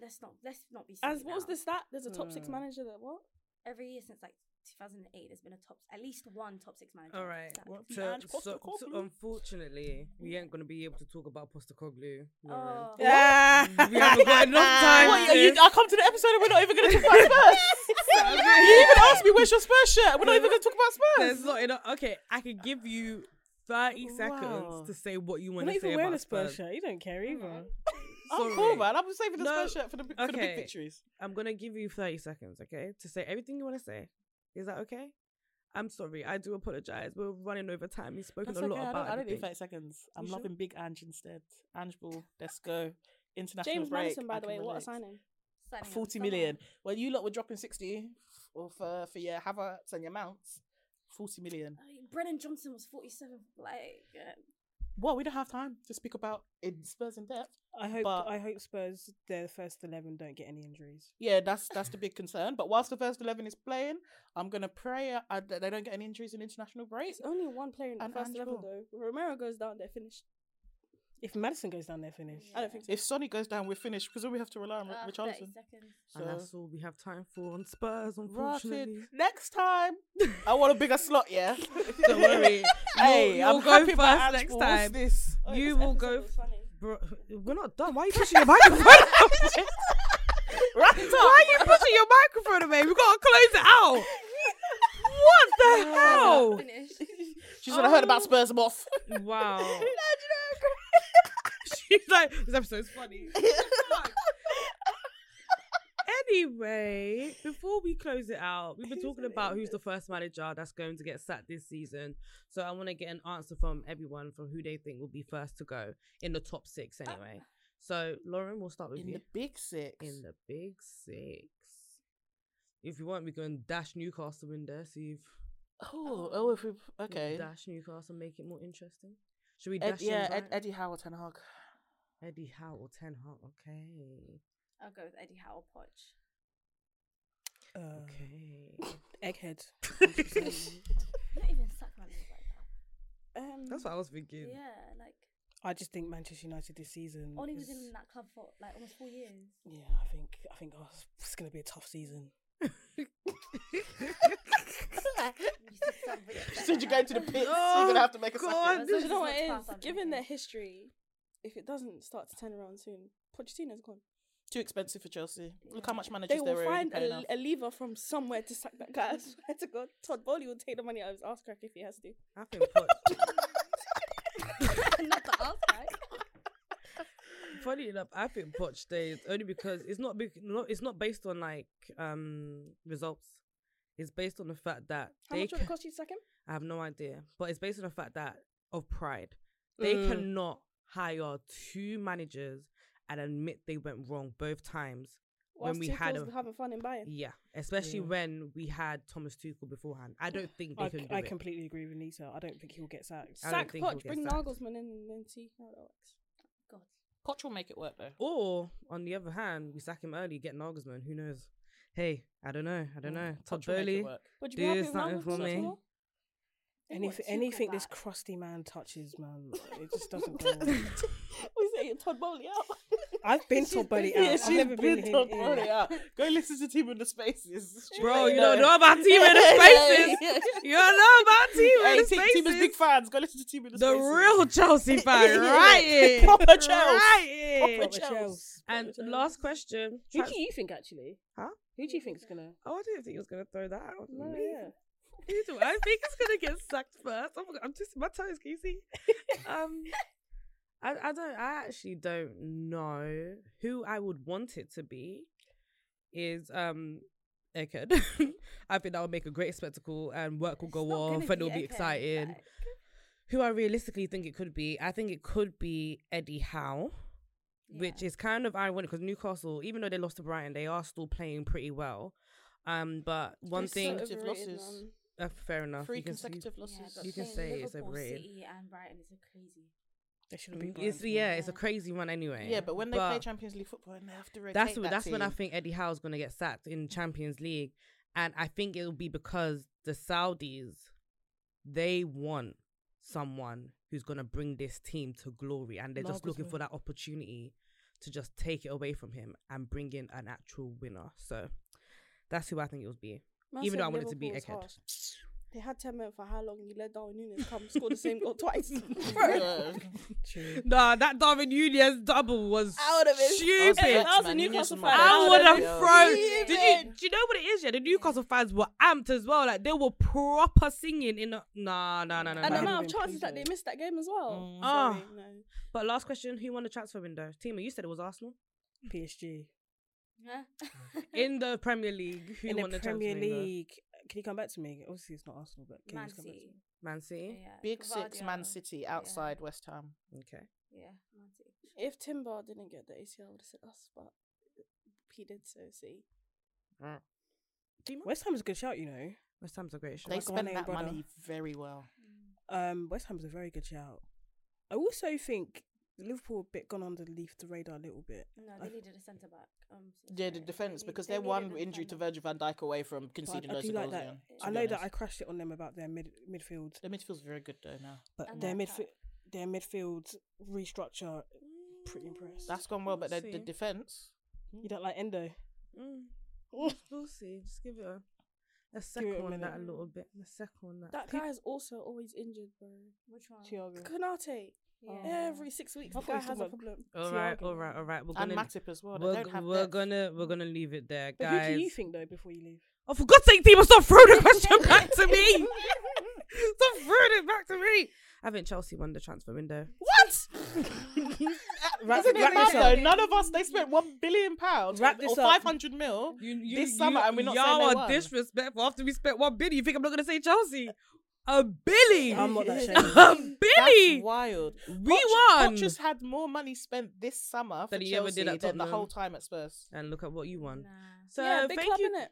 F: Let's not. Let's not be.
B: As
F: silly
B: what was
F: now.
B: the stat? There's a top six
E: Hmm.
B: manager that what?
F: Every year since like 2008, there's been a top, at least one top six manager.
D: All right.
F: sacked.
E: Well,
D: So,
E: And
D: so, so
E: Postecoglou.
D: unfortunately, we ain't gonna be able to talk about Postacoglu.
F: Oh.
C: Yeah.
D: We haven't got enough time.
E: What, you-
D: sis.
E: I come to the episode and we're not even going to talk about Spurs. you even asked me where's your Spurs shirt. We're not even going to talk about
D: There's
E: Spurs.
D: not enough. Okay, I could give you 30
E: Wow.
D: seconds to say what you
C: You're
D: want
C: not
D: to
C: even
D: say
C: wearing
D: about
C: a Spurs shirt. You don't care either.
E: I'm
D: Sorry.
E: cool, man. I'm saving the
D: No.
E: Spurs shirt for the, for the big
D: Okay.
E: victories.
D: I'm gonna give you 30 seconds, okay, to say everything you want to say. Is that okay? I'm sorry. I do apologize. We're running over time. We've spoken
E: That's
D: a
E: okay.
D: lot
E: I don't,
D: about
E: I don't need
D: everything.
E: 30 seconds. I'm
D: You sure?
E: loving Big Ange instead. Ange Ball, let's go. International
B: James
E: break.
B: Madison, by
E: I
B: the
E: can
B: way, what a
E: relate.
B: signing.
F: Signing on
E: 40
F: someone.
E: million. Well, you lot were dropping 60 or for, for your Havertz and your Mounts. 40 million.
F: Like, Brennan Johnson was 47. Like, uh,
E: Well, we don't have time to speak about in Spurs in depth.
C: I hope
E: But-
C: I hope Spurs their first eleven don't get any injuries.
E: Yeah, that's that's the big concern. But whilst the first eleven is playing, I'm gonna pray uh, uh, that they don't get any injuries in international break.
B: It's only one player in the
E: And
B: first eleven
E: Andrew.
B: though. Romero goes down, they're finished.
C: If Madison goes down, they're finished.
B: I don't think so.
E: If Sonny goes down, we're finished because all we have to rely on
F: uh,
E: uh,
F: 30
E: Richarlison.
F: seconds.
D: And that's all we have time for on Spurs, unfortunately.
E: Rotted. Next time, I want a bigger slot. Yeah,
D: Don't worry.
E: Hey,
D: You'll-
E: I'm
D: you'll go
E: happy my
D: first
E: hands
D: next
E: will watch
D: time.
E: This. Oh,
D: you will go.
B: It's funny.
D: Bro, we're not done. Why are you pushing your microphone? away? Why are you pushing your microphone away? We've got to close it out. What the hell?
F: Finished.
E: She said, "I heard
D: Oh.
E: about Spurs. I'm off."
D: Wow. She's like, this episode's funny. anyway, before we close it out, we've been talking about who's the first manager that's going to get sacked this season. So I want to get an answer from everyone from who they think will be first to go in the top six anyway. So Lauren, we'll start with
E: Uh, In
D: you.
E: the big six.
D: in the big six. If you want, we can dash Newcastle in there, see if
E: oh, oh, if we
D: we can
E: okay.
D: dash Newcastle make it more interesting. Should we
E: Ed-
D: dash in
E: yeah, Ed-
D: Brighton?
E: Eddie Howard and Hog.
D: Eddie Howe or Ten Hag? Okay.
F: I'll go with Eddie Howe or Poch.
C: Uh,
D: Okay.
C: Egghead.
F: Not even sack managers like that.
B: Um,
D: That's what I was thinking.
F: Yeah, like,
C: I just think Manchester United this season.
F: only
C: is-
F: was in that club for like almost four years.
C: Yeah, I think I think oh, it's gonna be a tough season.
E: Since you're going to the pits,
D: Oh,
E: you're gonna have to make a
D: God.
E: second.
B: Because you know what
F: Let's
B: it
F: pass
B: is?
F: on,
B: Given
F: okay.
B: their history, if it doesn't start to turn around soon, Pochettino's gone.
E: Too expensive for Chelsea. Look how much
B: They
E: managers
B: will
E: are
B: find
E: paying
B: a,
E: now.
B: a lever from somewhere to sack that guy. I swear to God, Todd Bowley will take the money out of his ass crack if he has to.
D: I think Poch,
F: Not the us, right?
D: funny enough, I think Poch stays only because it's not big, no, it's not based on like um results. It's based on the fact that
B: How
D: they
B: much would it
D: ca-
B: cost you to sack him?
D: I have no idea, but it's based on the fact that of pride. They cannot hire two managers and admit they went wrong both times
B: Whilst
D: when we had
B: Tuchel's
D: a
B: having fun in Bayern.
D: yeah, especially
C: Yeah.
D: when we had Thomas Tuchel beforehand. I don't think they
C: I,
D: can do
C: I
D: it.
C: completely agree with Nita. I don't think he'll get sacked.
D: I don't
B: Sack
D: think he'll
B: Poch,
D: get
B: bring
D: sacked.
B: Nagelsmann in and then see how that works.
F: God.
E: Poch will make it work though.
D: Or on the other hand, we sack him early, get Nagelsmann. Who knows? Hey, I don't know. I don't
E: Hmm,
D: know. Todd
E: Poch will make it
D: Bowley.
E: work.
B: Would you
D: Do
B: be happy with
D: something for
B: Nagelsmann
D: me.
B: at all?
C: Anything,
F: Tuchel
C: anything this
F: back.
C: crusty man touches, man, it just doesn't go.
B: We
E: saying Todd Bowley out.
C: I've been to Bali. out. I've
E: she's
C: never been,
E: been
C: here.
E: Todd Bowley out. Go listen to Team in the Spaces. She
D: Bro,
E: may
D: you don't know about Team in the Spaces. You don't know about Team in
E: Hey,
D: the
E: Team, Team is big
D: Spaces.
E: fans. Go listen to Team in the,
D: The
E: Spaces.
D: real Chelsea fan, right? here.
E: Proper Chelsea.
D: Right here.
E: Proper
C: Chelsea.
E: Chelsea.
D: And last question.
J: Who
D: Trans-
J: do you think actually?
D: Huh?
J: Who do you think's gonna?
D: Oh, I didn't think he was gonna throw that out.
J: No,
D: Me.
J: yeah.
D: Who do I think is gonna get sacked first? Oh my god, I'm just my toes. Can you see? Um, I I don't. I actually don't know who I would want it to be. Is um. Eckerd. I think that would make a great spectacle and work will go
F: not
D: off
F: gonna
D: and it'll
F: be
D: be
F: Eckerd,
D: exciting.
F: like-
D: Who I realistically think it could be, I think it could be Eddie Howe which is kind of ironic because Newcastle, even though they lost to Brighton, they are still playing pretty well. Um, but one
E: It's
D: thing,
E: sort of
B: Overrated,
E: losses.
B: man.
D: uh, fair enough.
E: Three
D: you can see-
E: consecutive losses.
F: Yeah, but
D: You can
F: playing
D: say it's
F: Liverpool,
D: overrated.
F: City and Brighton is a crazy.
C: They should have been.
D: Mm, It's
C: Brighton.
D: yeah, it's a crazy one anyway.
E: Yeah, but when they play Champions League football and they have to rotate
D: that's
E: that
D: wh- that's when I
E: team.
D: think Eddie Howe's gonna get sacked in Champions League, and I think it'll be because the Saudis, they want someone who's gonna bring this team to glory, and they're just looking for that opportunity to just take it away from him and bring in an actual winner. So that's who I think it would be,
B: Man
D: even though I
B: said
D: want it to be
B: Liverpool
D: Eckhead.
B: was harsh. They had 10 men for how long? You let down Nunes come score the same goal twice.
E: Yeah.
D: Nah, that Darwin Nunez double was
E: Out of his-
D: stupid.
B: That was a
E: Man, Nunes
B: Newcastle
E: is
B: fan.
E: mad.
D: I
E: Out
D: would
E: of
D: have
E: your
D: thrown.
E: league.
D: Did you do you know what it is? Yeah, the Newcastle fans were amped as well. Like they were proper singing in. The, nah, nah, nah, nah.
B: And the
D: nah.
B: amount of chances that they missed that game as well.
D: Ah.
B: Sorry, no.
D: But last question: Who won the transfer window? Tima, you said it was Arsenal
C: PSG
F: Yeah.
D: in the Premier League. Who
C: in
D: won
C: the Premier
D: transfer window?
C: League. Can you come back to me? Obviously, it's not Arsenal, but can
F: Man
C: you just come back to me?
F: City.
D: Man City.
F: Yeah,
E: Big Six, Man
F: Guardiola.
E: City,
F: Yeah,
E: outside West Ham.
D: Okay.
F: Yeah, Man City.
B: If Timber didn't get the ACL, I would have said us, but uh, he did, so see.
C: West Ham's a good shout, you know.
D: West Ham's a great show.
E: They
C: Like
E: spent
C: Guane,
E: that
C: brother.
E: money very well.
C: Um, West Ham's a very good shout. I also think Liverpool a bit gone under the leaf the radar a little bit.
F: No,
C: I-
F: they needed a centre back. Um, so
E: Uh, Yeah, the
F: sorry.
E: defense
F: They-
E: because
F: they
E: they're
F: needed
E: one
F: a
E: injury to
F: defender.
E: Virgil van Dijk away from
C: but
E: conceding
C: I, I
E: loads
C: do
E: of
C: like
E: goals.
C: that.
E: again, to
C: I
E: be
C: know that I
E: honest.
C: crashed it on them about their mid midfield,
E: Their midfield's very good though now.
C: but
F: And
C: their
F: their
C: midfield their midfield restructure. Pretty impressed.
E: That's gone well, but the, the
D: See.
E: defense.
C: You don't like Endo?
D: Mm. We'll see. Just give it a, a
C: it a
D: second on that a
C: minute.
D: little bit. A second on that.
B: That guy is also always injured, bro.
F: Which one?
C: Thiago.
B: Kanate.
F: Yeah.
B: Every six weeks,
C: I
B: the
C: thought you
B: guy
C: was
B: has a
C: talking
B: problem.
D: all right,
C: Thiago.
D: all right, all right. We're
E: And
D: gonna
E: Matip as well. They
D: we're,
E: don't have
D: we're
E: depth.
D: gonna we're gonna leave it there,
C: But
D: guys.
C: who do you think though? Before you leave,
D: Oh, for God's sake, Dima, stop throwing the question back to me. stop throwing it back to me. I think Chelsea won the transfer window.
E: What?
C: Wrap-
E: Isn't it
C: wrap
E: mad
C: this up.
E: though? None of us. They spent one billion pounds
C: Wrap
E: or
C: this up.
E: five hundred mil this summer, and we're not
D: y'all
E: saying they
D: are
E: won.
D: disrespectful. After we spent one billion, you think I'm not going to say Chelsea? A billy,
C: I'm not that
D: a
C: shady.
D: billy.
E: That's wild.
D: We won.
E: Poch had more money spent this summer for
D: Than he
E: Chelsea
D: ever did at
E: than the
D: Tottenham.
E: whole time at Spurs.
D: And look at what you won. So
B: yeah, big
D: uh, thank
B: club,
D: you,
B: innit?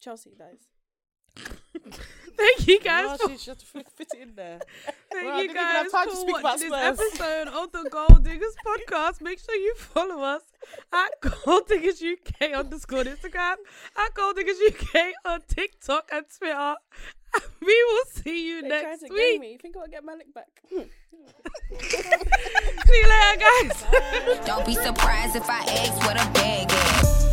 B: Chelsea, guys.
D: thank you guys.
E: Well,
D: For,
E: she- she had to fit fit it in there.
D: thank
E: Well, I
D: you
E: didn't even have
D: guys
E: time
D: for
E: to speak about
D: watching
E: Spurs.
D: this episode of the Gold Diggers podcast. Make sure you follow us at Gold Diggers UK underscore Instagram, at Gold Diggers UK on TikTok and Twitter. And we will see you
B: They tried
D: next
B: to game
D: week.
B: me. You think I'll get Malik back?
D: See you later, guys.
A: Don't be surprised if I ask what a bag is.